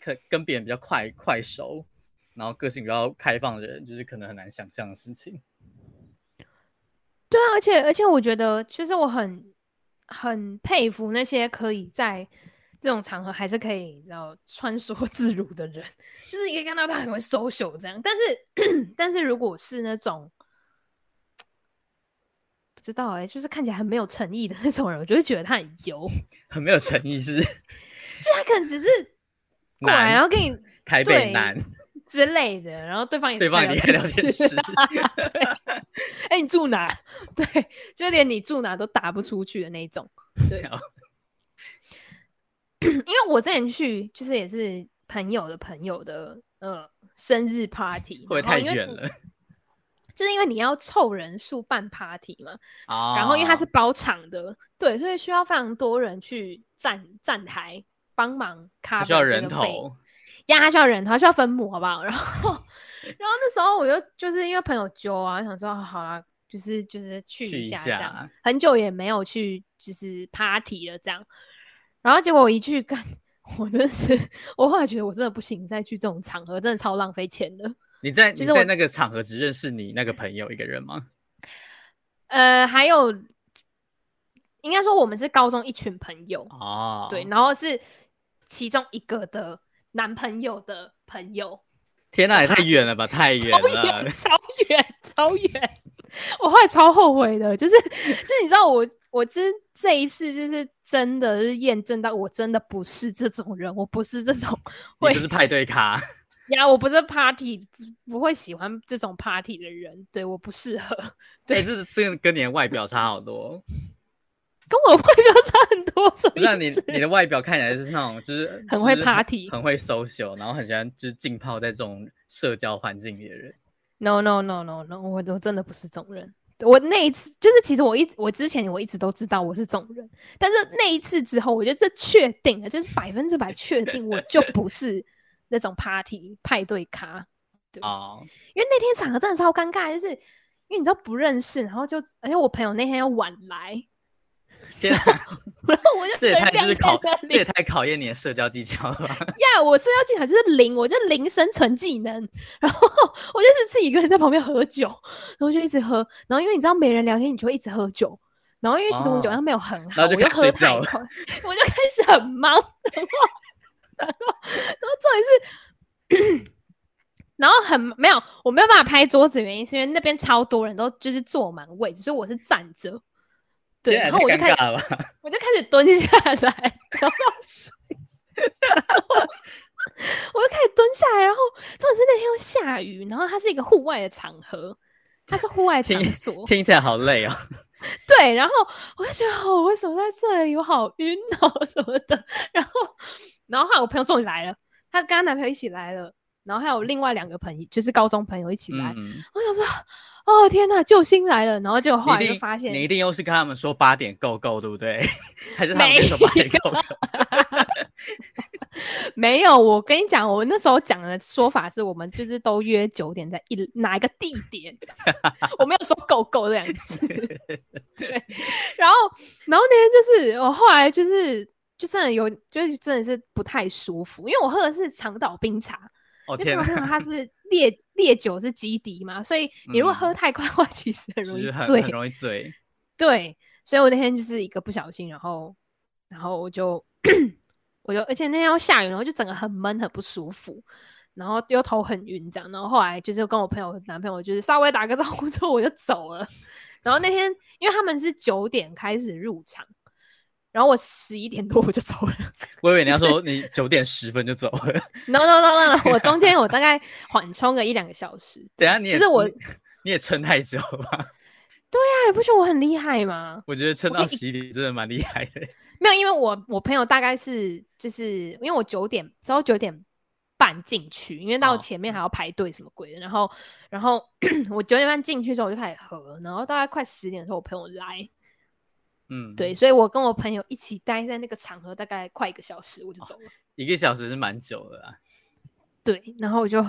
[SPEAKER 1] 可跟别人比较快快熟，然后个性比较开放的人，就是可能很难想象的事情。
[SPEAKER 2] 对啊，而且而且，我觉得就是我很很佩服那些可以在这种场合还是可以你知道穿梭 自如的人，就是一看到他很会 social 这样。但是 但是，如果是那种不知道哎、就是看起来很没有诚意的那种人，我就会觉得他很油，
[SPEAKER 1] 很没有诚意是
[SPEAKER 2] 就他可能只是过
[SPEAKER 1] 男
[SPEAKER 2] 来然后跟你
[SPEAKER 1] 台
[SPEAKER 2] 对
[SPEAKER 1] 北男，
[SPEAKER 2] 之类的，然后对方也
[SPEAKER 1] 对方也离开聊天室。
[SPEAKER 2] 对， 哎、你住哪？ 对，就连你住哪都打不出去的那一种。对
[SPEAKER 1] 好，
[SPEAKER 2] 因为我之前去就是也是朋友的朋友的呃生日 party，
[SPEAKER 1] 会不会
[SPEAKER 2] 然后
[SPEAKER 1] 太
[SPEAKER 2] 哦因为
[SPEAKER 1] 远
[SPEAKER 2] 你
[SPEAKER 1] 了？
[SPEAKER 2] 就是因为你要凑人数办 party 嘛，
[SPEAKER 1] 啊
[SPEAKER 2] 然后因为它是包场的，对，所以需要非常多人去站站台帮忙 cover
[SPEAKER 1] 它需要
[SPEAKER 2] 这个
[SPEAKER 1] 人
[SPEAKER 2] 费
[SPEAKER 1] 头，
[SPEAKER 2] 呀，他需要人，他需要分母，好不好？然 后，然后那时候我就就是因为朋友揪啊，想说、啊好啦，就是就是去
[SPEAKER 1] 去
[SPEAKER 2] 一
[SPEAKER 1] 一
[SPEAKER 2] 下这样，
[SPEAKER 1] 下
[SPEAKER 2] 很久也没有去就是 party 了这样。然后结果我一去干，我真的是，我后来觉得我真的不行，再去这种场合真的超浪费钱的。
[SPEAKER 1] 你在
[SPEAKER 2] 就
[SPEAKER 1] 你
[SPEAKER 2] 是我
[SPEAKER 1] 在那个场合只认识你那个朋友一个人吗？
[SPEAKER 2] 呃，还有，应该说我们是高中一群朋友，
[SPEAKER 1] 哦，
[SPEAKER 2] 对，，然后是其中一个的男朋友的朋友，
[SPEAKER 1] 天哪，也太远了吧，太远
[SPEAKER 2] 超
[SPEAKER 1] 了
[SPEAKER 2] 远，， 超远，超远。 我后来超后悔的，就是就你知道我，我真这一次就是真的是验证到我真的不是这种人，我不是这种 会
[SPEAKER 1] 你不是派对咖，
[SPEAKER 2] 呀，我不是 party 不不会喜欢这种 party 的人，对，我不适合，
[SPEAKER 1] 对，哎
[SPEAKER 2] 对
[SPEAKER 1] 这这跟你的外表差好多。
[SPEAKER 2] 跟我的外表差很多，所
[SPEAKER 1] 不
[SPEAKER 2] 以
[SPEAKER 1] 是啊 你你的外表看起来就是那种就是
[SPEAKER 2] 很会
[SPEAKER 1] 就是
[SPEAKER 2] party
[SPEAKER 1] 很会 social，然后很喜欢就是浸泡在这种社交环境里的人。
[SPEAKER 2] no no no no no，我我真的不是这种人。我那一次就是，其实我一直我之前我一直都知道我是这种人，但是那一次之后，我觉得这确定了，就是百分之百确定，我就不是那种 party 派对咖。对
[SPEAKER 1] 哦，
[SPEAKER 2] 因为那天场合真的超尴尬，就是因为你知道不认识，然后就而且我朋友那天要晚来，
[SPEAKER 1] 天哪，
[SPEAKER 2] 然后我就
[SPEAKER 1] 这也
[SPEAKER 2] 人
[SPEAKER 1] 太就
[SPEAKER 2] 晾
[SPEAKER 1] 是
[SPEAKER 2] 在
[SPEAKER 1] 考
[SPEAKER 2] 那，
[SPEAKER 1] 这
[SPEAKER 2] 里
[SPEAKER 1] 也太考验你的社交技巧了吧。
[SPEAKER 2] 呀，我社交技巧就是零，我就零生存技能。 然后我就是自己一个人在旁边喝酒，然后就一直喝。然后因为你知道没人聊天，你就会一直喝酒。然后因为其实我酒
[SPEAKER 1] 哦
[SPEAKER 2] 量没有很好，
[SPEAKER 1] 然后就
[SPEAKER 2] 我就
[SPEAKER 1] 开始睡
[SPEAKER 2] 喝太
[SPEAKER 1] 觉了
[SPEAKER 2] 快，我就开始很忙。然后，然后，然后重点是。然后很没有，我没有办法拍桌子，原因是因为那边超多人都就是坐满位置，所以我是站着。对，
[SPEAKER 1] 天
[SPEAKER 2] 然
[SPEAKER 1] 哪
[SPEAKER 2] 后
[SPEAKER 1] 也
[SPEAKER 2] 我就
[SPEAKER 1] 太
[SPEAKER 2] 开
[SPEAKER 1] 尴
[SPEAKER 2] 始，
[SPEAKER 1] 尬了吧。
[SPEAKER 2] 我就开始蹲下来，然后我就开始蹲下来，然后重点是那天又下雨，然后它是一个户外的场合，它是户外场
[SPEAKER 1] 听
[SPEAKER 2] 所，
[SPEAKER 1] 听起来好累哦。
[SPEAKER 2] 对，然后我就觉得哦我为什么在这里，我好晕哦什么的，然后然后后来我朋友终于来了，她跟她男朋友一起来了，然后还有另外两个朋友，就是高中朋友一起来，
[SPEAKER 1] 嗯，
[SPEAKER 2] 我想说哦天呐，救星来了，然后结果后来
[SPEAKER 1] 你一
[SPEAKER 2] 就
[SPEAKER 1] 定
[SPEAKER 2] 发现
[SPEAKER 1] 你一定又是跟他们说八点够够，对不对？还是他们
[SPEAKER 2] 没
[SPEAKER 1] 就说八点够 够？
[SPEAKER 2] 没有，我跟你讲，我那时候讲的说法是我们就是都约九点在一哪一个地 点，我没有说够够这样子。对，然后然后那天就是我后来就是就真的有就是真的是不太舒服，因为我喝的是长岛冰茶，
[SPEAKER 1] 哦
[SPEAKER 2] 因为
[SPEAKER 1] 天
[SPEAKER 2] 长岛冰茶
[SPEAKER 1] 哪，
[SPEAKER 2] 它是烈烈酒是基底嘛，所以你如果
[SPEAKER 1] 嗯
[SPEAKER 2] 喝太快的话，其实很
[SPEAKER 1] 就
[SPEAKER 2] 容易
[SPEAKER 1] 是很
[SPEAKER 2] 醉
[SPEAKER 1] 很。容易醉。
[SPEAKER 2] 对，所以我那天就是一个不小心，然后然后我就我就，而且那天要下雨，然后就整个很闷，很不舒服。然后又头很晕，这样，然后后来就是跟我朋友、男朋友，就是稍微打个招呼之后我就走了。然后那天因为他们是九点开始入场，然后我十一点多我就走了。
[SPEAKER 1] 我以为你要说你九点十分就走了，
[SPEAKER 2] no no no no no，我中间我大概缓冲个一两个小时。
[SPEAKER 1] 等一下你也
[SPEAKER 2] 就是我
[SPEAKER 1] 你 你也撑太久了吧？
[SPEAKER 2] 那哎也不觉得我很厉害吗？
[SPEAKER 1] 我觉得撑
[SPEAKER 2] 我可
[SPEAKER 1] 到
[SPEAKER 2] 以
[SPEAKER 1] 十一点真的蛮厉害的。
[SPEAKER 2] 没有，因为我我朋友大概是就是因为我九点之后九点半进去，因为到
[SPEAKER 1] 哦
[SPEAKER 2] 前面还要排队什么鬼的，然后然后 我九点半进去之后我就开始喝，然后大概快十点的时候我朋友来，
[SPEAKER 1] 嗯，
[SPEAKER 2] 对，，所以我跟我朋友一起待在那个场合大概快一个小时，
[SPEAKER 1] 哦
[SPEAKER 2] 我就走了。
[SPEAKER 1] 一个小时是蛮久的啦。
[SPEAKER 2] 对，然后我就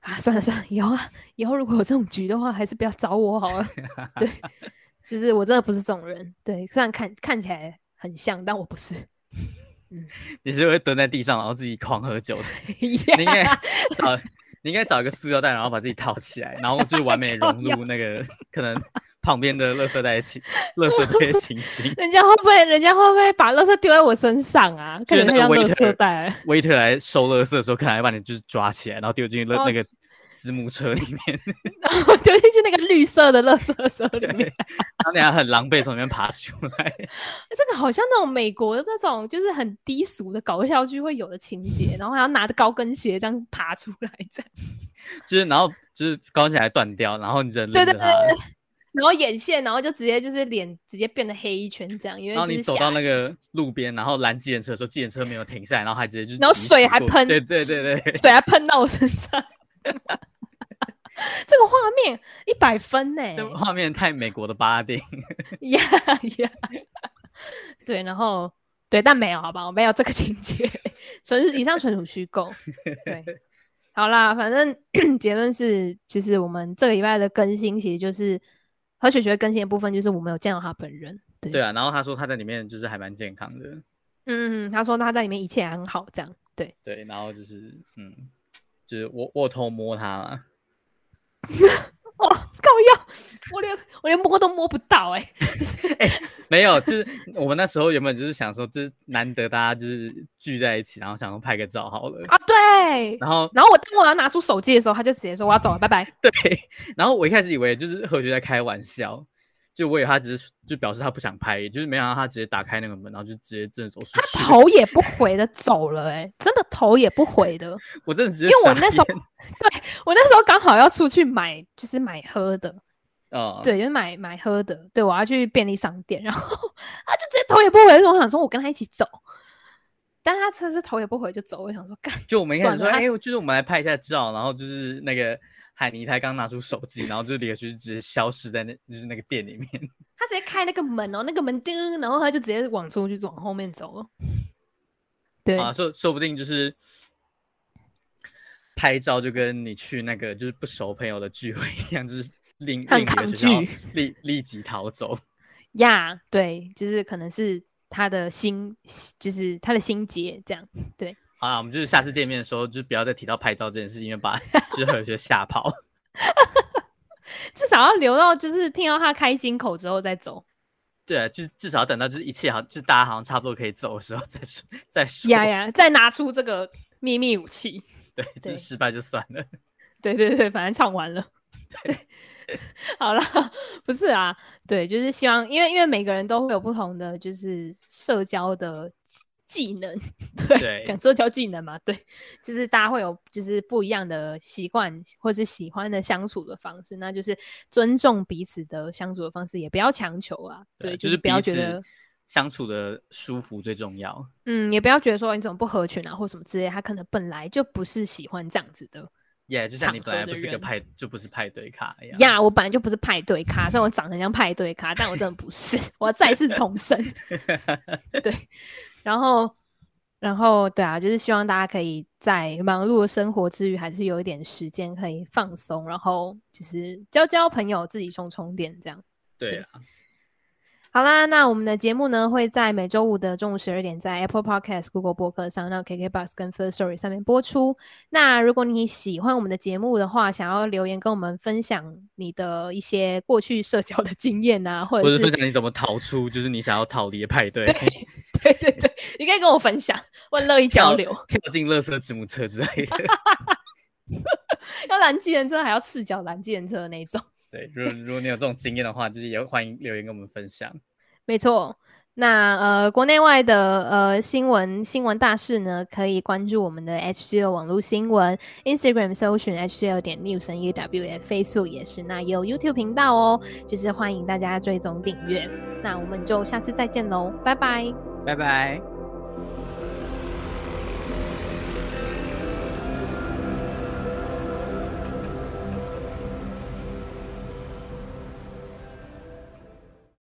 [SPEAKER 2] 啊，算了算了，以后啊，以后如果有这种局的话，还是不要找 我好了。对，其实我真的不是这种人。对，虽然看看起来很像，但我不是。
[SPEAKER 1] 你是会蹲在地上然后自己狂喝 酒的， 你应
[SPEAKER 2] Yeah
[SPEAKER 1] 该找你应该找一个塑料袋，然后把自己套起来，然后就是完美
[SPEAKER 2] 靠
[SPEAKER 1] 融
[SPEAKER 2] 腰
[SPEAKER 1] 入那 个可能旁边的垃圾袋的情，垃圾袋的情境。
[SPEAKER 2] 人家会不会，人家会不会把垃圾丢在我身上啊？
[SPEAKER 1] 就
[SPEAKER 2] 感
[SPEAKER 1] 是
[SPEAKER 2] 觉
[SPEAKER 1] 那
[SPEAKER 2] 太
[SPEAKER 1] 个
[SPEAKER 2] 像垃
[SPEAKER 1] waiter
[SPEAKER 2] 圾袋了。
[SPEAKER 1] waiter 来收垃圾的时候，可能还把你就是抓起来，然后丢进那
[SPEAKER 2] 哦
[SPEAKER 1] 那个子母车里面，
[SPEAKER 2] 然后丢进去那个绿色的垃圾车里面。
[SPEAKER 1] 然后你还很狼狈从里面爬出来。
[SPEAKER 2] 这个好像那种美国的那种，就是很低俗的搞笑剧会有的情节，然后还要拿着高跟鞋这样爬出来，这样，
[SPEAKER 1] 就是然后就是高起来断掉，然后你人
[SPEAKER 2] 对
[SPEAKER 1] 拎
[SPEAKER 2] 对
[SPEAKER 1] 着
[SPEAKER 2] 对
[SPEAKER 1] 它，
[SPEAKER 2] 对，然后眼线，然后就直接就是脸直接变得黑一圈这样，因为
[SPEAKER 1] 然后
[SPEAKER 2] 就
[SPEAKER 1] 你
[SPEAKER 2] 是
[SPEAKER 1] 走到
[SPEAKER 2] 下雨
[SPEAKER 1] 那个路边，然后拦计程车的时候，计程车没有停下来，然后还直接就
[SPEAKER 2] 然后
[SPEAKER 1] 疾
[SPEAKER 2] 水
[SPEAKER 1] 驶
[SPEAKER 2] 还
[SPEAKER 1] 过
[SPEAKER 2] 喷
[SPEAKER 1] 对对对 对，
[SPEAKER 2] 水还喷到我身上， 这个画 面一百分欸呢、
[SPEAKER 1] 这画面太美国的巴丁，
[SPEAKER 2] 呀呀， 对，然后对，但没有，好吧，我没有这个情节，纯属以上纯属虚构。 对，好啦，反正 结论是，就是我们这个礼拜的更新，其实就是和雪雪更新的部分，就是我没有见到她本人。对，
[SPEAKER 1] 对啊，然后他说他在里面就是还蛮健康的，
[SPEAKER 2] 嗯嗯，她说她在里面一切很好，这样。 对，
[SPEAKER 1] 对，然后就是嗯，就是我我有偷摸他了，
[SPEAKER 2] 哦，靠药，我连我连摸都摸不到、欸，哎，
[SPEAKER 1] 没有， 就是我们那时候原本就是想说，就是难得大家就是聚在一起，然后想说拍个照好了，
[SPEAKER 2] 啊，对。
[SPEAKER 1] 然后
[SPEAKER 2] 然后我当我要拿出手机的时候，他就直接说我要走了，拜拜。
[SPEAKER 1] 对，然后我一开始以为就是何炅在开玩笑，就我以为他只是就表示他不想拍，就是没想到他直接打开那个门，然后就直接真的走出去。
[SPEAKER 2] 头也不回的走了、欸，哎，真的头也不回的。
[SPEAKER 1] 我真的直接
[SPEAKER 2] 因为我
[SPEAKER 1] 傻
[SPEAKER 2] 那时候，
[SPEAKER 1] 眼
[SPEAKER 2] 对我那时候刚好要出去买，就是买喝的，
[SPEAKER 1] 哦，
[SPEAKER 2] 对，就是买买喝的，对我要去便利商店，然后 他就直接头也不回，我想说我跟他一起走，但他真的是头也不回就走，我想说干，
[SPEAKER 1] 就我们一开始说，
[SPEAKER 2] 算了
[SPEAKER 1] 哎、就是我们来拍一下照，然后就是那个海尼才刚拿出手机，然后就连续直接消失在那，就是那个店里面。
[SPEAKER 2] 他直接开那个门哦，那个门叮，然后他就直接往出去往后面走了， 对，
[SPEAKER 1] 啊，说说不定就是拍照就跟你去那个就是不熟朋友的聚会一样，就是令
[SPEAKER 2] 很
[SPEAKER 1] 令你的
[SPEAKER 2] 抗
[SPEAKER 1] 学校
[SPEAKER 2] 拒
[SPEAKER 1] 立立即逃走。
[SPEAKER 2] 呀对，就是可能是他的心，就是他的心结这样，
[SPEAKER 1] 好啊，我们就是下次见面的时候，就不要再提到拍照这件事情，因为把就是何学吓跑。
[SPEAKER 2] 至少要留到就是听到他开金口之后再走。
[SPEAKER 1] 对啊，就是至少要等到就是一切好，就是大家好像差不多可以走的时候再说 再说。
[SPEAKER 2] 呀呀，再拿出这个秘密武器。
[SPEAKER 1] 对， 就
[SPEAKER 2] 对
[SPEAKER 1] 是失败就算了。
[SPEAKER 2] 对对对，反正唱完了。 对，好了，不是啊，对，就是希望，因为因为每个人都会有不同的就是社交的技能， 对，
[SPEAKER 1] 对
[SPEAKER 2] 讲社交技能嘛，对，就是大家会有就是不一样的习惯或是喜欢的相处的方式，那就是尊重彼此的相处的方式，也不要强求啊， 对，
[SPEAKER 1] 就是
[SPEAKER 2] 不要
[SPEAKER 1] 彼
[SPEAKER 2] 觉
[SPEAKER 1] 此
[SPEAKER 2] 得
[SPEAKER 1] 相处的舒服最重要。
[SPEAKER 2] 嗯，也不要觉得说你怎么不合群啊，或什么之类，他可能本来就不是喜欢这样子的。
[SPEAKER 1] 耶、就像
[SPEAKER 2] 场
[SPEAKER 1] 你本来
[SPEAKER 2] 合的
[SPEAKER 1] 不是个
[SPEAKER 2] 人
[SPEAKER 1] 派，就不是派对卡一样。
[SPEAKER 2] 呀我本来就不是派对咖，虽然我长得很像派对咖，但我真的不是。 我要再次重申，对。然后，然后，对啊，就是希望大家可以在忙碌的生活之余，还是有一点时间可以放松，然后就是交交朋友，自己充充电这样。
[SPEAKER 1] 对
[SPEAKER 2] 对
[SPEAKER 1] 啊，
[SPEAKER 2] 好啦，那我们的节目呢会在每周五的中午十二点在 Apple Podcast、Google 播客上、那 KKBox 跟 First Story 上面播出。那如果你喜欢我们的节目的话，想要留言跟我们分享你的一些过去社交的经验啊，或
[SPEAKER 1] 或
[SPEAKER 2] 者
[SPEAKER 1] 者
[SPEAKER 2] 是
[SPEAKER 1] 分享你怎么逃出，就是你想要逃离的派对，
[SPEAKER 2] 对对对，你可以跟我分享，我很乐意交
[SPEAKER 1] 跳
[SPEAKER 2] 流。
[SPEAKER 1] 跳进垃圾子母车之类的。
[SPEAKER 2] 要拦计程车还要赤脚拦计程车的那一种。
[SPEAKER 1] 对，如果如果你有这种经验的话，就是也欢迎留言跟我们分享。
[SPEAKER 2] 没错。那呃，国内外的呃新闻新闻大事呢，可以关注我们的 HGL 网络新闻，Instagram 搜寻 HGL 点 news n e w s Facebook 也是，那也有 YouTube 频道哦，就是欢迎大家追踪订阅。那我们就下次再见喽，拜拜。
[SPEAKER 1] 拜拜。